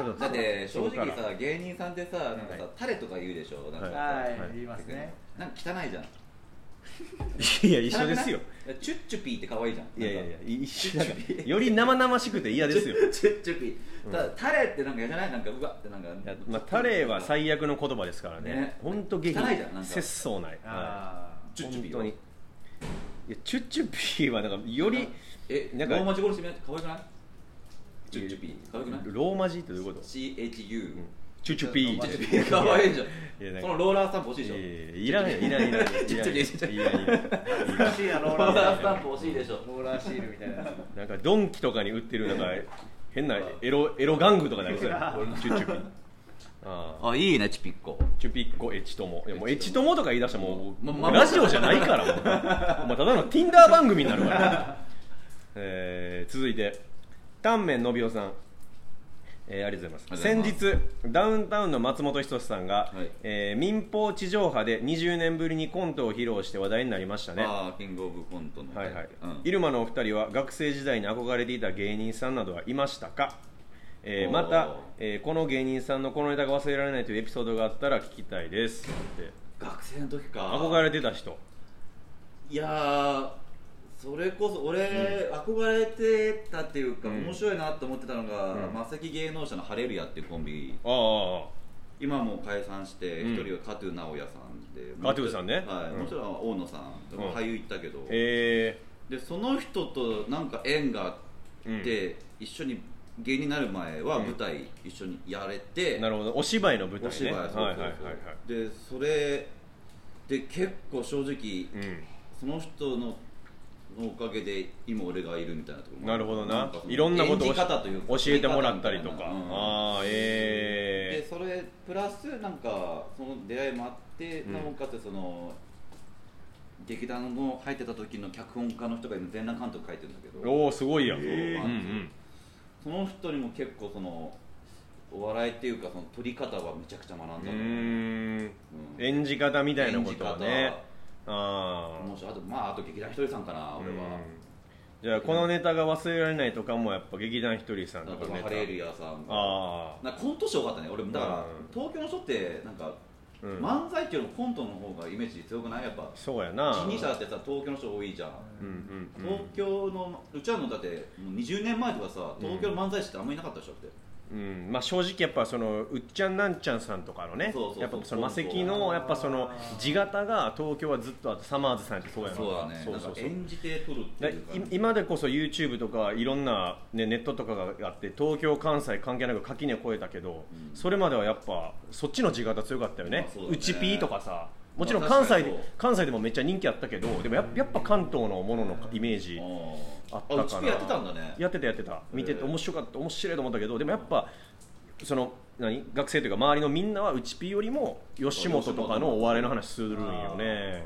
Speaker 2: んだって正
Speaker 1: そこ
Speaker 2: 直
Speaker 1: から
Speaker 2: さ芸人さんってさなんか
Speaker 1: はい
Speaker 2: さタレとか言うでしょなんかさ
Speaker 3: は
Speaker 1: はい
Speaker 3: い言いますね
Speaker 2: なんか汚いじゃん
Speaker 1: いや一緒ですよ
Speaker 2: 汚くないチュッチュピーって可愛いじゃん
Speaker 1: いやいやいや一緒だか
Speaker 2: チュッチュピ
Speaker 1: ら
Speaker 2: ー
Speaker 1: より生々しくて嫌ですよ
Speaker 2: チュッチュピーただタレってなんか嫌じゃないなんかうわってなんか
Speaker 1: いやまあ、タレは最悪の言葉ですからね
Speaker 2: ね、
Speaker 1: 本当激
Speaker 2: 汚いじゃんなんか
Speaker 1: 節操ない、は
Speaker 3: あ
Speaker 1: い、
Speaker 2: チュッチュピ
Speaker 1: 本
Speaker 2: ー
Speaker 1: 当
Speaker 2: は
Speaker 1: にいやチュッチュピーはなんかより
Speaker 2: え
Speaker 1: な
Speaker 2: なんん
Speaker 1: か
Speaker 2: かローマ字殺してみない可愛くないチュッチュピー可愛くない
Speaker 1: ローマ字ってどういうこと
Speaker 2: CHU
Speaker 1: チュッチュピー
Speaker 2: チュッチュピー可愛いじ
Speaker 1: いやな
Speaker 2: ゃ
Speaker 1: ん
Speaker 2: ん
Speaker 1: か
Speaker 2: そのローラースタンプ欲しいでしょ
Speaker 1: いやいやいらんよいらんいらんいらん
Speaker 2: チュッチュピー
Speaker 1: いらんいらんいらん
Speaker 3: あ難しいなロー
Speaker 2: ローラ
Speaker 3: ラ
Speaker 2: ー
Speaker 3: ー
Speaker 2: スタンプ欲しいでしょ
Speaker 3: ローラーシールみたいなやつ
Speaker 1: なんかドンキとかに売ってるなんか変なエロエロ玩具とかなりそうや
Speaker 2: 俺の
Speaker 1: チュッチュピーああ
Speaker 2: あいいねチュピッコ
Speaker 1: チュピッコエチトモいやもうエチトモとか言い出したらもう、
Speaker 2: まま
Speaker 1: ラジオじゃないからもうお前ただの Tinder 番組になるから、えー続いてタンメンのびおさんえーありがとうございます
Speaker 2: ありがとうござい
Speaker 1: 先日ダウンタウンの松本人志さんが、
Speaker 2: はい
Speaker 1: えー民放地上波で20年ぶりにコントを披露して話題になりましたね
Speaker 2: あーキングオブコントの
Speaker 1: はいはい
Speaker 2: うん
Speaker 1: 入間のお二人は学生時代に憧れていた芸人さんなどはいましたか、えー
Speaker 2: おー
Speaker 1: また、えーこの芸人さんのこのネタが忘れられないというエピソードがあったら聞きたいですって
Speaker 2: 学生の時か
Speaker 1: 憧れてた人
Speaker 2: いやーそれこそ俺、憧れてたっていうか、
Speaker 1: うん
Speaker 2: 面白いなと思ってたのが、
Speaker 1: うん
Speaker 2: マセキ芸能者のハレルヤっていうコンビ
Speaker 1: ああ
Speaker 2: 今もう解散して
Speaker 1: うん
Speaker 2: 一人は加藤直哉さんで、
Speaker 1: 加藤さんね
Speaker 2: はい、
Speaker 1: うん
Speaker 2: もちろん大野さん、
Speaker 1: うん
Speaker 2: 俳優行ったけど、
Speaker 1: え
Speaker 2: でその人となんか縁があって、一緒に芸人になる前は舞台一緒にやれて、
Speaker 1: ー、なるほどお芝居の舞台ね
Speaker 2: お芝居そうそうそう、
Speaker 1: はいはいはいはい
Speaker 2: でそれで結構正直、
Speaker 1: う
Speaker 2: その人ののおかげで今俺がいるみたいなところ
Speaker 1: ん、
Speaker 2: も
Speaker 1: な
Speaker 2: ある
Speaker 1: るほど
Speaker 2: な
Speaker 1: なん
Speaker 2: かその
Speaker 1: いろんなことを
Speaker 2: 演じ方という
Speaker 1: 教
Speaker 2: か
Speaker 1: えてもらったりとか、
Speaker 2: うん
Speaker 1: ああ
Speaker 2: で
Speaker 1: え
Speaker 2: それプラスなんかその出会いもあって、
Speaker 1: うん
Speaker 2: なおかつその劇団の入ってた時の脚本家の人が今全裸監督書いてるんだけ
Speaker 1: ー、
Speaker 2: ど
Speaker 1: おおすごいやん、
Speaker 2: へー
Speaker 1: うんうん
Speaker 2: その人にも結構そのお笑いっていうかその撮り方はめちゃくちゃ学んだの
Speaker 1: うーん
Speaker 2: うん
Speaker 1: 演じ方みたいなことを
Speaker 2: 演
Speaker 1: ねああ
Speaker 2: もしあとまああと劇団ひとりさんかな俺は、
Speaker 1: じゃあこのネタが忘れられないとかもやっぱ劇団ひとりさん
Speaker 2: だ
Speaker 1: と
Speaker 2: か
Speaker 1: かのネ
Speaker 2: らハレル
Speaker 1: タ
Speaker 2: ヤさん
Speaker 1: ああ
Speaker 2: なんかコント師多かったね俺だから
Speaker 1: うん
Speaker 2: 東京の人ってなんか
Speaker 1: うん
Speaker 2: 漫才っていうのコントの方がイメージ強くないやっぱ
Speaker 1: そうやな
Speaker 2: 新入社だってさ東京の人多いじゃん
Speaker 1: うんうんうん
Speaker 2: 東京のうちらのだってもう20年前とかさ東京の漫才師ってあんまりいなかったでしょって
Speaker 1: うんまあ、正直やっぱそのうっちゃんなんちゃんさんとかのね
Speaker 2: そうそうそう
Speaker 1: やっぱそのマセキのやっぱその地形が東京はずっとあとサマーズさんやってそうやな
Speaker 2: そうだね
Speaker 1: そうそ
Speaker 2: な
Speaker 1: うん
Speaker 2: か
Speaker 1: そう
Speaker 2: 演じて取るって
Speaker 1: だ
Speaker 2: いうか
Speaker 1: い今でこそ YouTube とかいろんな、ね、ネットとかがあって東京関西関係なく垣根を越えたけど、
Speaker 2: うん
Speaker 1: それまではやっぱそっちの地形強かったよね
Speaker 2: まあそうだね
Speaker 1: うちピーとかさもちろん
Speaker 2: まあ
Speaker 1: 関
Speaker 2: 確か
Speaker 1: 西
Speaker 2: に
Speaker 1: で、
Speaker 2: そう
Speaker 1: 関西でもめっちゃ人気あったけどでもやっやっぱ関東のもののイメージあ
Speaker 2: あ
Speaker 1: ったか
Speaker 2: あ
Speaker 1: な
Speaker 2: うちピやってたんだね
Speaker 1: やってたやってた見てて
Speaker 2: へえ
Speaker 1: 面白かった面白いと思ったけどでもやっぱその何学生というか周りのみんなはうちピーよりも吉本とかのお笑いの話するんよね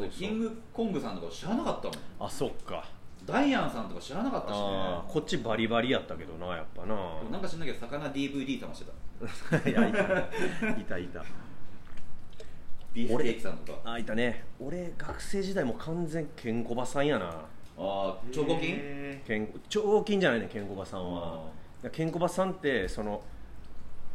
Speaker 1: そううそ
Speaker 2: キン
Speaker 1: う
Speaker 2: グコングさんとか知らなかったもん
Speaker 1: あそっか
Speaker 2: ダイアンさんとか知らなかったし
Speaker 1: あー
Speaker 2: ね
Speaker 1: こっちバリバリやったけどなやっぱ
Speaker 2: なん
Speaker 1: な
Speaker 2: か知んないけど魚 DVD 騙して た
Speaker 1: いやいたいたいた
Speaker 2: ビーフケーキさんとか
Speaker 1: あいたね俺学生時代も完全ケンコバさんやな
Speaker 2: ああチョコキン
Speaker 3: へ
Speaker 1: ケン長金じゃないねケンコバさん
Speaker 2: あ
Speaker 1: はケンコバさんってその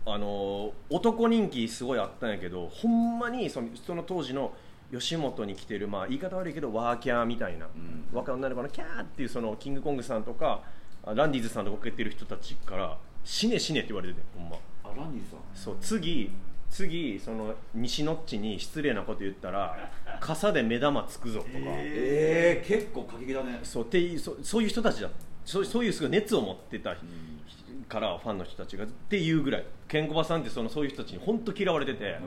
Speaker 1: あの男人気すごいあったんやけどほんまにそのその当時の吉本に来てる、まあ、言い方悪いけどワーキャーみたいな、
Speaker 2: ん
Speaker 1: 若女の子のキャーっていうそのキングコングさんとかあランディーズさんとか受けてる人たちから死ね死ねって言われててほんま
Speaker 2: あランディさん
Speaker 1: そう次次その西のっちに失礼なこと言ったら傘で目玉つくぞとか、
Speaker 2: ええ結構過激だね
Speaker 1: そうっていうそうそういう人たちだそうそういうすごい熱を持ってたからファンの人たちがっていうぐらいケンコバさんってそのそういう人たちに本当嫌われてて、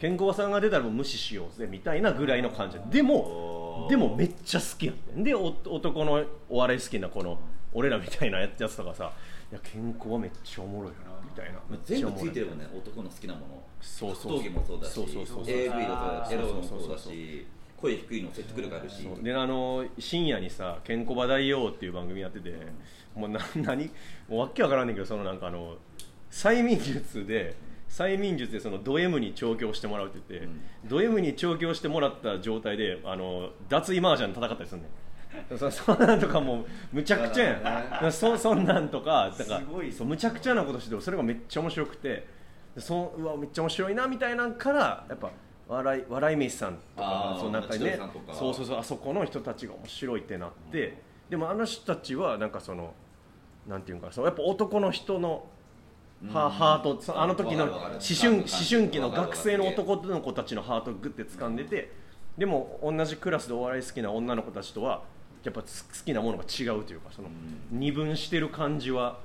Speaker 1: ケンコバさんが出たらもう無視しようぜみたいなぐらいの感じでも
Speaker 2: おー
Speaker 1: でもめっちゃ好きやってんでお男のお笑い好きなこの俺らみたいなやつとかさ「いやケンコバめっちゃおもろいよな」みたいな
Speaker 2: 全部ついてるも
Speaker 1: ね
Speaker 2: んね男の好きなもの
Speaker 1: そうそう
Speaker 2: 格闘技もそうだし
Speaker 1: そうそうそう
Speaker 2: AV だとエロも
Speaker 1: そうそうそ
Speaker 2: そう
Speaker 1: う
Speaker 2: だし声低いの説得力あるし
Speaker 1: であの深夜にさ「ケンコバ大王」っていう番組やってて、もうな 何もうわっけわからんねんけどそのなんかあの催眠術で催眠術でそのド M に調教してもらうって言って、ド M に調教してもらった状態であの脱衣麻雀戦ったりすんねん。そそんなんとかもうむちゃくちゃやん、 そそんなんとかだから
Speaker 3: すごい
Speaker 1: そうむちゃくちゃなことしてそれがめっちゃ面白くてでそううわめっちゃ面白いなみたいなんからやっぱ笑い笑い飯さんとか
Speaker 2: あー
Speaker 1: その中に
Speaker 2: 千鳥
Speaker 1: ね
Speaker 2: さんとか
Speaker 1: そうそうそうあそこの人たちが面白いってなって、でもあの人たちはなんかそのなんていうんかなそうやっぱ男の人のハハートそあの時の
Speaker 2: わ
Speaker 1: 思
Speaker 2: かるわかる
Speaker 1: 春思春期の学生の
Speaker 2: わかる
Speaker 1: 男の子たちのハートをグッて掴んでて、でも同じクラスでお笑い好きな女の子たちとはやっぱつ好きなものが違うというかその二分してる感じは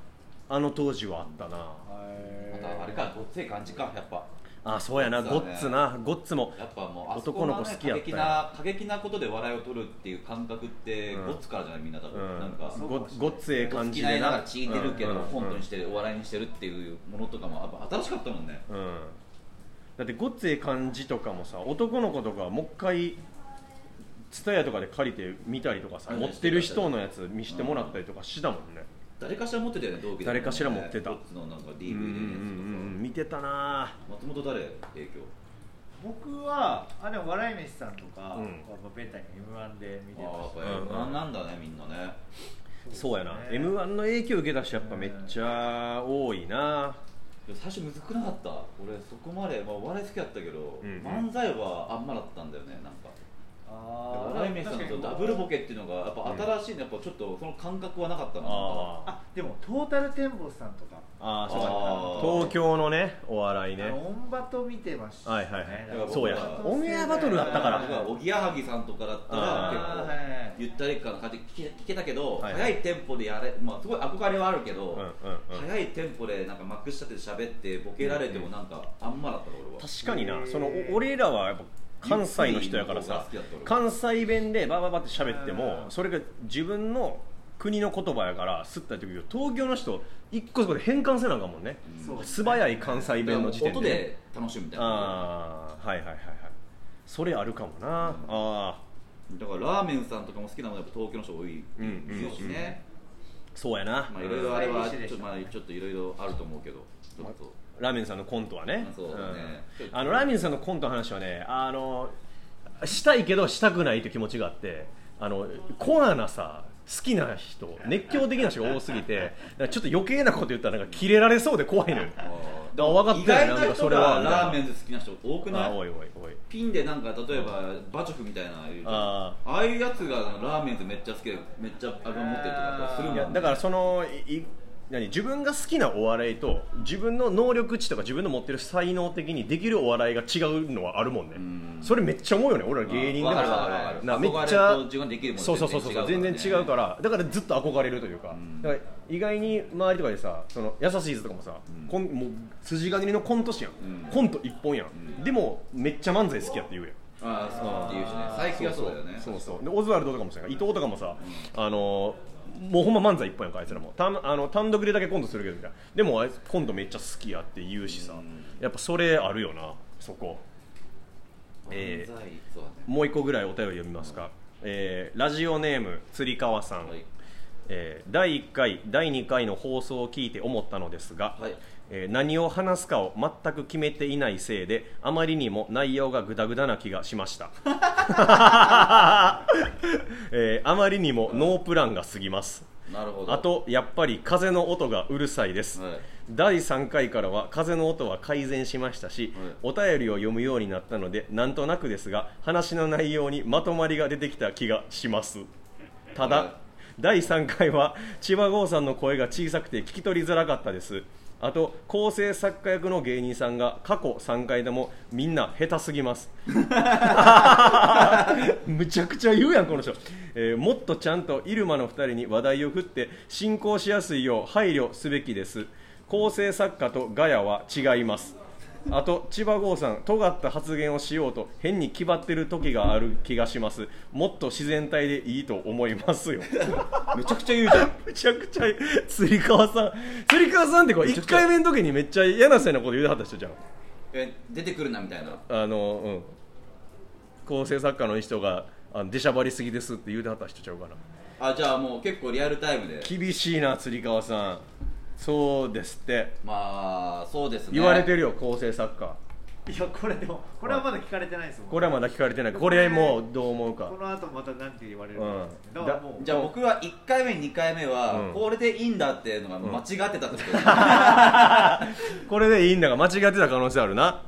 Speaker 1: あの当時はあったな
Speaker 2: ま
Speaker 3: え
Speaker 2: たあれかごっつい感じかやっぱ
Speaker 1: あそうやな
Speaker 2: そうだ
Speaker 1: ゴ
Speaker 2: ね
Speaker 1: ッツなゴッツも
Speaker 2: やっぱもうあそ
Speaker 1: 男
Speaker 2: こ
Speaker 1: の
Speaker 2: の
Speaker 1: 子
Speaker 2: ね
Speaker 1: 好き
Speaker 2: 過
Speaker 1: やっ
Speaker 2: 激
Speaker 1: た
Speaker 2: な過激なことで笑いを取るっていう感覚って
Speaker 1: うん
Speaker 2: ごっつからじゃないみんな多
Speaker 1: う
Speaker 2: 分なん
Speaker 1: ん
Speaker 2: か
Speaker 1: ごごっつええ
Speaker 2: 好
Speaker 1: 感
Speaker 2: き
Speaker 1: じ
Speaker 2: な
Speaker 1: で
Speaker 2: 絵な
Speaker 1: な
Speaker 2: がら聞いてるけど
Speaker 1: うんうんうん
Speaker 2: コントにしてるお笑いにしてるっていうものとかもやっぱ新しかったもんね
Speaker 1: うんだってごっつええ感じとかもさ男の子とかはもう一回蔦屋とかで借りて見たりとかさ
Speaker 2: うん
Speaker 1: 持ってる人のやつ見してもらったりとかしたもんね
Speaker 2: 誰かしら持ってたよね同期で
Speaker 1: 誰かしら持ってた
Speaker 2: ごっつのなんか
Speaker 1: うんうんうん
Speaker 2: DVD
Speaker 1: う
Speaker 2: のや
Speaker 1: ん見てたな
Speaker 2: つとか松本誰影響
Speaker 3: 僕はあでも笑い飯さんとか、
Speaker 1: うん
Speaker 3: やっぱベタに m 1で見てま
Speaker 2: あ
Speaker 3: し
Speaker 2: あ
Speaker 3: た
Speaker 2: やっぱ
Speaker 1: うん
Speaker 2: M1 なんだねみんなね
Speaker 1: そうやな
Speaker 3: ね
Speaker 1: m 1の影響受けたしやっぱめっちゃ多いな
Speaker 2: でも最初むずくなかった俺そこまで、まあ、お笑い好きやったけど、
Speaker 1: うんうん
Speaker 2: 漫才はあんまだったんだよねなんか
Speaker 3: あ
Speaker 2: 笑い飯さんとダブルボケっていうのがやっぱ新しいねやっぱちょっとその感覚はなかったななんか
Speaker 1: あ
Speaker 3: あでもトータルテンボスさんとか、
Speaker 1: あー
Speaker 2: そうだ
Speaker 1: そうか東京のねお笑い
Speaker 3: あ
Speaker 1: ね
Speaker 3: のオンバト見てましたね
Speaker 1: はいはいはい
Speaker 3: だから
Speaker 2: そうや
Speaker 3: オンバト
Speaker 1: オンエアバトルだったから
Speaker 2: だからおぎやはぎさんとかだった
Speaker 1: あ
Speaker 2: ら
Speaker 3: ー
Speaker 2: 結
Speaker 3: はいはい
Speaker 2: 構ゆったり感の感じで聞け聞けたけど、
Speaker 1: はい
Speaker 2: 早いテンポでやれまあすごい憧れはあるけど、
Speaker 1: うんうんうん
Speaker 2: 早いテンポでなんかまくし立てて喋ってボケられてもなんかあんまだった俺は
Speaker 1: 確かに
Speaker 3: へ
Speaker 1: な
Speaker 3: ー
Speaker 1: そのお俺らはやっぱ関西の人やからさ
Speaker 2: ゆっくりの方が好きだった
Speaker 1: 関西弁でバババって喋っても
Speaker 3: うん
Speaker 1: それが自分の国の言葉やからすった時に東京の人一個そこで変換せなあかんもんね
Speaker 2: うん
Speaker 3: そうですね
Speaker 1: 素早い関西弁の時点
Speaker 2: 音
Speaker 1: でね
Speaker 2: で楽しむみたいな
Speaker 1: ああはいはいはいはいそれあるかもな、ああ
Speaker 2: だからラーメンさんとかも好きなのはやっぱ東京の人多い
Speaker 1: うんうん
Speaker 2: ですね、
Speaker 1: そうやな、
Speaker 2: まあいろいろあれは
Speaker 3: スタイリッシ
Speaker 2: ちょ,、
Speaker 3: ュでした
Speaker 2: まあ、ちょっといろいろあると思うけどちょっと
Speaker 1: ラーメンさんのコントはね
Speaker 2: まあそうだね
Speaker 1: うんあのラーメンさんのコントの話はねあのしたいけどしたくないという気持ちがあってあのコアなさ好きな人熱狂的な人が多すぎてだからちょっと余計なこと言ったらなんかキレられそうで怖いのよ
Speaker 2: あー
Speaker 1: だから分かっ
Speaker 2: 意
Speaker 1: たよなん
Speaker 2: 外な
Speaker 1: か
Speaker 2: 人
Speaker 1: それ
Speaker 2: が
Speaker 1: は
Speaker 2: ラーメンで好きな人多くない
Speaker 1: あおいおいおい
Speaker 2: ピンでなんか例えばバチョフみたいなのいるじゃん
Speaker 1: あ
Speaker 2: ああいうやつがラーメンズめっちゃ好きでめっちゃアルバム持ってるとかするも
Speaker 1: い
Speaker 2: ん
Speaker 1: やだからそのいい何自分が好きなお笑いと自分の能力値とか自分の持ってる才能的にできるお笑いが違うのはあるもんね
Speaker 2: ん
Speaker 1: それめっちゃ思うよね俺ら芸人でも
Speaker 2: わかるわかるわかる
Speaker 1: なめっち
Speaker 2: 憧
Speaker 1: ゃ
Speaker 2: れと自分できるもん
Speaker 1: そうそうそうそう全然違うから
Speaker 2: ね
Speaker 1: らだからずっと憧れるというか,、
Speaker 2: ん
Speaker 1: だから意外に周りとかでさその優しいやつとかもさ、こんもう筋金入りのコント師やん、
Speaker 2: うん
Speaker 1: コント一本やん、でもめっちゃ漫才好きやって言うやん
Speaker 2: ああそうっていうしね最近はそうだよね
Speaker 1: そうそうでオズワルドとかもそうやん伊藤とかもさ、あのーもうほんま漫才一本やんかあいつらもたあの単独でだけコントするけどみたいなでもあいつコントめっちゃ好きやって言うしさ、
Speaker 2: うん
Speaker 1: やっぱそれあるよなそこえ
Speaker 2: 漫
Speaker 1: ー
Speaker 2: 才そうだね
Speaker 1: もう一個ぐらいお便り読みますか、えーラジオネームつりかわさん、
Speaker 2: はい
Speaker 1: えー第1回第2回の放送を聞いて思ったのですが、
Speaker 2: はい
Speaker 1: えー何を話すかを全く決めていないせいであまりにも内容がグダグダな気がしました、 えーあまりにもノープランが過ぎます
Speaker 2: なるほど
Speaker 1: あとやっぱり風の音がうるさいです、
Speaker 2: はい
Speaker 1: 第3回からは風の音は改善しましたし、お便りを読むようになったのでなんとなくですが話の内容にまとまりが出てきた気がしますただ、
Speaker 2: はい
Speaker 1: 第3回は千葉郷さんの声が小さくて聞き取りづらかったですあと構成作家役の芸人さんが過去3回でもみんな下手すぎます むちゃくちゃ言うやんこの人、えーもっとちゃんと入間の2人に話題を振って進行しやすいよう配慮すべきです構成作家とガヤは違いますあと千葉郷さん尖った発言をしようと変に気張ってる時がある気がしますもっと自然体でいいと思いますよ
Speaker 2: めちゃくちゃ言うじゃん
Speaker 1: めちゃくちゃ釣り川さん釣り川さんってこう1回目の時にめっちゃ嫌なせいなこと言うてはった人じゃん
Speaker 2: え出てくるなみたいな
Speaker 1: あのうん構成作家の人があの出しゃばりすぎですって言うてはった人ちゃうかな
Speaker 2: あじゃあもう結構リアルタイムで
Speaker 1: 厳しいな釣り川さんそうですって
Speaker 2: まあそうですね
Speaker 1: 言われてるよ構成作家
Speaker 3: いやこれでもこれはまだ聞かれてないですもん
Speaker 1: これはまだ聞かれてないこれもうどう思うか
Speaker 3: この後また何て言われるかですね、
Speaker 1: うん
Speaker 3: だからもう
Speaker 2: じゃあ僕は1回目2回目は、
Speaker 1: うん
Speaker 2: これでいいんだっていうのが間違ってたって こと、
Speaker 1: これでいいんだが間違ってた可能性あるな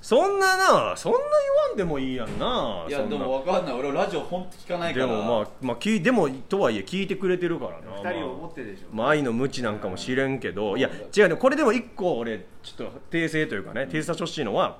Speaker 1: そんななそんな言わんでもいいやんない
Speaker 2: や
Speaker 1: そんな
Speaker 2: でも分かんない俺はラジオ本当聞かないか
Speaker 1: で
Speaker 2: ら
Speaker 1: もまあ、まあ、聞いでもとはいえ聞いてくれてるからな
Speaker 3: 2人を思ってでしょ、
Speaker 1: まあ愛の無知なんかも知れんけどいや違うねこれでも一個俺ちょっと訂正というかね訂正させてほしいのは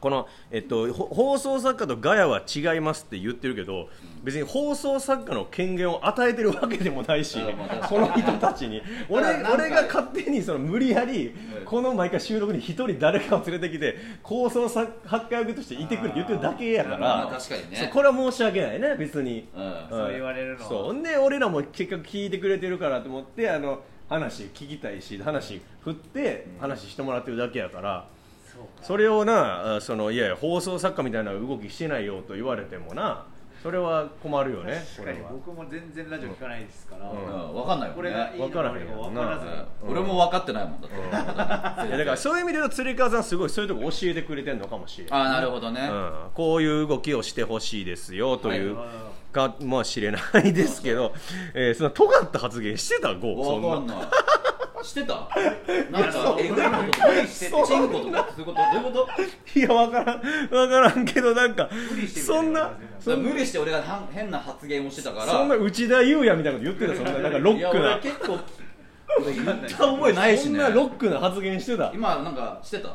Speaker 1: この、えっと、ほ放送作家とガヤは違いますって言ってるけど別に放送作家の権限を与えてるわけでもないし
Speaker 2: あまあ確かに
Speaker 1: その人たちに俺
Speaker 2: なんか
Speaker 1: 俺が勝手にその無理やりこの毎回収録に一人誰かを連れてきて放送作家役としていてくれって言ってるだけやから、
Speaker 2: まあ確かにね
Speaker 1: そうこれは申し訳ないね別に。
Speaker 2: うん
Speaker 3: そう言われるのは
Speaker 1: そうで俺らも結局聞いてくれてるからと思ってあの話聞きたいし話振って話してもらってるだけやから、
Speaker 3: そうか
Speaker 1: それをなあそのいやいや放送作家みたいな動きしてないよと言われてもなそれは困るよね
Speaker 3: 確かに僕も全然ラジオ聞かないですから、
Speaker 1: うん
Speaker 2: うん、分かんないも
Speaker 3: こ
Speaker 2: んね
Speaker 3: れがいいのか悪いのか分からずに、
Speaker 2: うん俺も分かってないもんだ って、
Speaker 1: いやだからそういう意味では鶴川さんすごいそういうとこ教えてくれてるのかもしれない、
Speaker 2: ああなるほどね、
Speaker 1: うん、こういう動きをしてほしいですよという
Speaker 3: はい
Speaker 1: かもしれないですけど、えーその尖った発言してたゴーそん
Speaker 2: 分
Speaker 1: な
Speaker 2: かんないして たなんかえぐいこととかしててチンコとかそういうことどういうこと
Speaker 1: いや、わからん、わからんけど、なんか
Speaker 3: 理、してみた
Speaker 1: そ
Speaker 3: いなん
Speaker 1: な、
Speaker 2: それ無理して俺がはん変な発言をしてたから
Speaker 1: そんな内田裕也みたいなこと言ってた、そんな、なんかロ
Speaker 2: い
Speaker 1: ッ
Speaker 2: や
Speaker 1: ク
Speaker 2: 俺
Speaker 1: な、
Speaker 2: 結構俺言った覚えないし
Speaker 1: そん
Speaker 2: ね
Speaker 1: なロックな発言してた。
Speaker 2: 今なんかしてた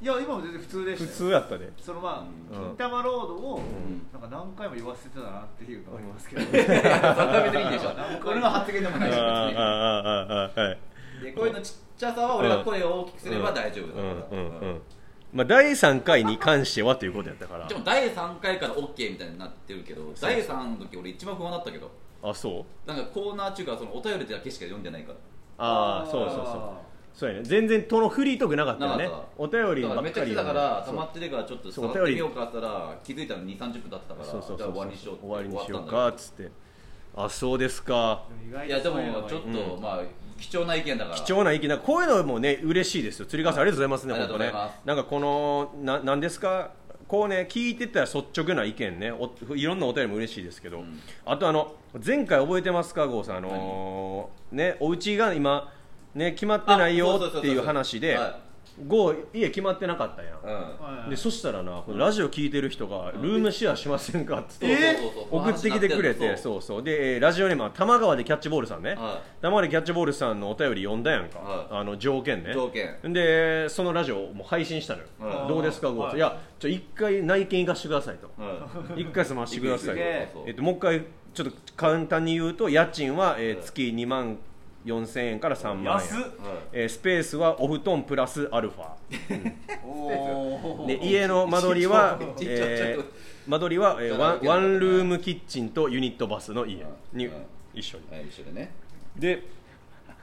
Speaker 3: いや今も全然普通でした
Speaker 1: 普
Speaker 3: よ
Speaker 1: 通やったで。
Speaker 3: そのまあ、
Speaker 1: うん
Speaker 3: 金玉ロードを
Speaker 2: ん
Speaker 3: なんか何回も言わせてたなっていうのはありますけど、
Speaker 2: それは別にいいでしょ 俺の発言でも
Speaker 1: あ
Speaker 2: ない
Speaker 1: ー
Speaker 2: し別
Speaker 1: あ
Speaker 2: に
Speaker 1: ー、あーあー、はい。
Speaker 2: で声のちっちゃさは俺が声を大きくすれば大丈夫
Speaker 1: う
Speaker 2: だ
Speaker 1: ん、
Speaker 2: か
Speaker 1: う
Speaker 2: ら
Speaker 1: ん、うん。まあ、第3回に関してはということやったから
Speaker 2: で。も第3回から OK みたいになってるけど第3の時俺一番不安だったけど
Speaker 1: あ、そう
Speaker 2: なんかコーナー中からそのお便りだけしか読んでないから
Speaker 1: ああ、そうそうそう。そうやね。全然、とのフリートークなかったよね
Speaker 2: なかっ。た
Speaker 1: お便り
Speaker 2: だか
Speaker 1: ば
Speaker 2: ら
Speaker 1: っ
Speaker 2: めっち
Speaker 1: か
Speaker 2: ゃ
Speaker 1: り
Speaker 2: 来
Speaker 1: や
Speaker 2: た
Speaker 1: ん
Speaker 2: から溜まってるからちょっと触っ
Speaker 1: そうお便
Speaker 2: てみ
Speaker 1: り
Speaker 2: ようかって言ったら気づいたら2 3 0分だったから
Speaker 1: そうそう
Speaker 2: じ
Speaker 1: そ
Speaker 2: ゃあ
Speaker 1: う。
Speaker 2: 終わりにしようって
Speaker 1: 終わりにしよう
Speaker 2: 終わ
Speaker 1: か、
Speaker 2: ったんだ
Speaker 1: つって。あ、そうですか。
Speaker 3: 意外
Speaker 2: け
Speaker 3: と
Speaker 2: どいやで
Speaker 3: そううの
Speaker 2: も
Speaker 3: が
Speaker 2: ちょっとまあ貴重な意見だから
Speaker 1: 貴重な意見なんかこういうのもね嬉しいですよ釣り川さんありがとうございますね
Speaker 2: ありがとうござい
Speaker 1: 本
Speaker 2: ま
Speaker 1: 当ね
Speaker 2: す
Speaker 1: なんかこのななんですかこうね聞いてたら率直な意見ねおいろんなお便りも嬉しいですけど、あとあの前回覚えてますか郷さんあのーねお家が今ね決まってない
Speaker 2: あ
Speaker 1: よ
Speaker 2: そうそうそうそう
Speaker 1: っていう話で
Speaker 2: は
Speaker 1: ゴー家決まってなかったやん
Speaker 2: うん
Speaker 3: はい
Speaker 1: でそしたらなこのラジオ聞いてる人が「ルームシェアしませんか?」っつって、
Speaker 2: えーそうそうそう
Speaker 1: 送ってきてくれて
Speaker 2: そ
Speaker 1: そうそうでえーラジオネームは玉川でキャッチボールさんね、
Speaker 2: はい
Speaker 1: 玉川でキャッチボールさんのお便り読んだやんか、
Speaker 2: はい
Speaker 1: あの条件ね
Speaker 2: 条件
Speaker 1: でそのラジオをもう配信したのよ、
Speaker 2: はい
Speaker 1: どうですかゴーって、
Speaker 3: はい
Speaker 1: い、やちょ一回内見行かしてくださいと
Speaker 2: はい
Speaker 1: 一回済ましてくださいと、
Speaker 2: 行く行
Speaker 1: え
Speaker 2: く行く
Speaker 1: っと、もう一回ちょっと簡単に言うと家賃は、えー月2万4000円から3万
Speaker 3: 安っ
Speaker 1: 円、えースペースはお布団プラスアルファ
Speaker 3: お
Speaker 1: で家の間取りは
Speaker 2: ち っ、ちゃい
Speaker 1: えー間取りは、えーワンワンルームキッチンとユニットバスの家に
Speaker 2: うん
Speaker 1: 一緒に
Speaker 2: はい一緒でね
Speaker 1: で、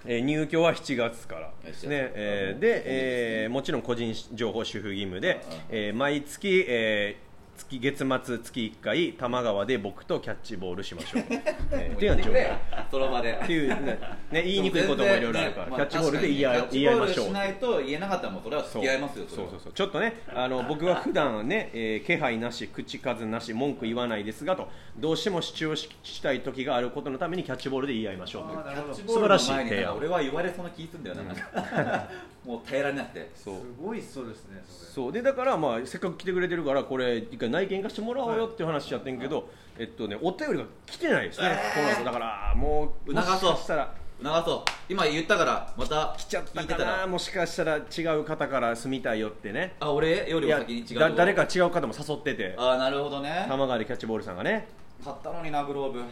Speaker 1: えー入居は7月からですね、
Speaker 2: 7月
Speaker 1: えー
Speaker 2: うん
Speaker 1: で、えーもちろん個人情報主婦義務で、えー毎月、えー月月末月1回多摩川で僕とキャッチボールしまし ょう、えーっていうのは条件
Speaker 2: もう行くねその場で
Speaker 1: っていうねね言いにくいこともいろいろあるから、
Speaker 2: でも
Speaker 1: キャッ
Speaker 2: 全然
Speaker 1: チボールで言い
Speaker 2: まあ
Speaker 1: 合い
Speaker 2: 確か
Speaker 1: 言
Speaker 2: に
Speaker 1: い合いまし
Speaker 2: キャッ
Speaker 1: ょう
Speaker 2: チボールしないと言えなかったらもうそれは付き合いますよ
Speaker 1: そうそうそう
Speaker 2: う
Speaker 1: そうちょっとねあの僕は普段ね、えー気配なし口数なし文句言わないですがとどうしても主張ししたい時があることのためにキャッチボールで言い合いましょうという
Speaker 3: あーなるほど
Speaker 2: キャッチボールの前になんか俺は言われそうな気するんだよな、なんかもう耐えられなくて
Speaker 1: そう
Speaker 3: すごいストレスねそ
Speaker 1: そうでだからまあせっかく来てくれてるからこれ一回内見化してもらおうよっていう話やってんけど、えっとねお便りが来てないですね、この後だからもう
Speaker 2: 促そ
Speaker 1: も
Speaker 2: う
Speaker 1: しかしたら
Speaker 2: 長そう今言ったからまた
Speaker 1: 来ちゃった
Speaker 2: 聞いて
Speaker 1: か
Speaker 2: た
Speaker 1: な
Speaker 2: ら
Speaker 1: もしかしたら違う方から住みたいよってね
Speaker 2: あ俺より
Speaker 1: い
Speaker 2: も
Speaker 1: や
Speaker 2: 先に違うとこ
Speaker 1: だ誰か違う方も誘ってて
Speaker 2: ああなるほどね
Speaker 1: 玉川でキャッチボールさんがね
Speaker 2: 買ったのになグロー ブグ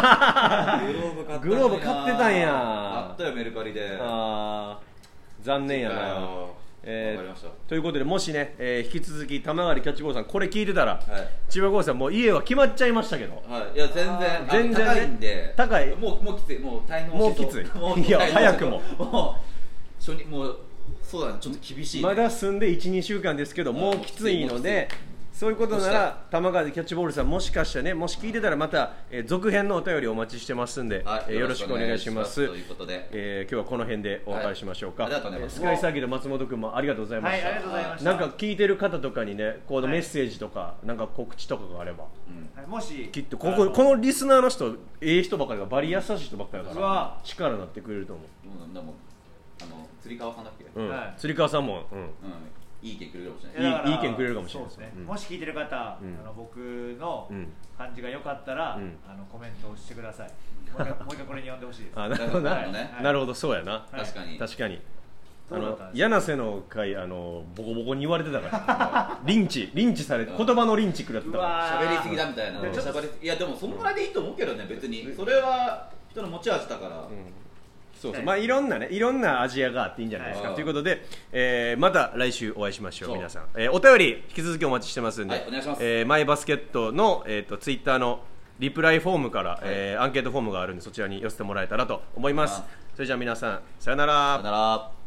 Speaker 2: ローブ買ったのにな
Speaker 1: グローブ買ってたんや
Speaker 2: あったよメルカリで
Speaker 1: あー残念や
Speaker 2: そうだ
Speaker 1: な
Speaker 2: よ
Speaker 1: えー
Speaker 2: わかりました
Speaker 1: ということでもしね、えー引き続き玉川でキャッチボールさんこれ聞いてたら、
Speaker 2: い
Speaker 1: 千葉郷さんもう家は決まっちゃいましたけど
Speaker 2: はい、いや全然
Speaker 1: あー
Speaker 2: あ
Speaker 1: 全然ね
Speaker 2: 高いんで
Speaker 1: 高い
Speaker 2: もうもうきついもう滞納しそう
Speaker 1: もうきつい
Speaker 2: もう
Speaker 1: いや
Speaker 2: 滞納しそう
Speaker 1: 早くも
Speaker 2: もう初日もうそうだねちょっと厳しいね、
Speaker 1: まだ住んで12週間ですけどもうきついのでそういうことなら玉川でキャッチボールさんもしかしてねもし聞いてたらまた、えー続編のお便りお待ちしてますんで、
Speaker 2: はい
Speaker 1: えーよろしくお願いします
Speaker 2: ということで
Speaker 1: えー今日はこの辺でお別れしましょうか、
Speaker 2: はいありがとうございます
Speaker 1: えースカイサーキット松本君もありがとうございうま
Speaker 3: は
Speaker 1: し
Speaker 3: い
Speaker 1: た、
Speaker 3: ありがとうございました
Speaker 1: なんか聞いてる方とかにねこのメッセージとか、なんか告知とかがあれば
Speaker 3: はいもし
Speaker 1: きっとこここのリスナーの人ええ人ばかりがバリ優しい人ばっかりだか
Speaker 3: う
Speaker 1: ら
Speaker 3: わ
Speaker 1: 力になってくれると思
Speaker 2: もうなんだもんあの釣り革さんだっけ、
Speaker 1: う、うん
Speaker 3: はい
Speaker 1: 釣り川さんも、うん、
Speaker 2: うん、いい意見くれるかもしれ
Speaker 1: い
Speaker 2: ないい
Speaker 3: だから
Speaker 1: いい意見くれるかもしれない
Speaker 3: そうですね
Speaker 1: うん
Speaker 3: もし聞いてる方、あの僕の
Speaker 1: うん
Speaker 3: 感じが良かったら、
Speaker 1: うん
Speaker 3: あのコメントをしてくださいもう一回もう一回これに呼んでほしいです
Speaker 1: あなるほどな、
Speaker 2: はい
Speaker 3: はい
Speaker 1: なるほどそうやな、
Speaker 3: はい
Speaker 2: 確かに
Speaker 1: 確かにあ
Speaker 3: どうだっ
Speaker 1: の
Speaker 3: たんですか
Speaker 1: 柳瀬の会あのボコボコに言われてた からリンチリンチされて言葉のリンチ食らってた
Speaker 3: う
Speaker 1: か
Speaker 3: わ
Speaker 2: 喋りすぎだみたいな
Speaker 3: うん
Speaker 2: 喋りすぎいやでもそんぐらいでいいと思うけどね別にそれは人の持ち味だから、
Speaker 1: らそうそうまあいろんなねいろんなアジアがあっていいんじゃないですか、
Speaker 2: はい
Speaker 1: ということで、えーまた来週お会いしましょう
Speaker 2: そう
Speaker 1: 皆さん、えーお便り引き続きお待ちしてますんで、
Speaker 2: はいお願いします
Speaker 1: えーマイバスケットの、えー、とツイッターのリプライフォームから、えーアンケートフォームがあるんでそちらに寄せてもらえたらと思います、
Speaker 2: はい
Speaker 1: それじゃあ皆さんさよな
Speaker 2: さよなら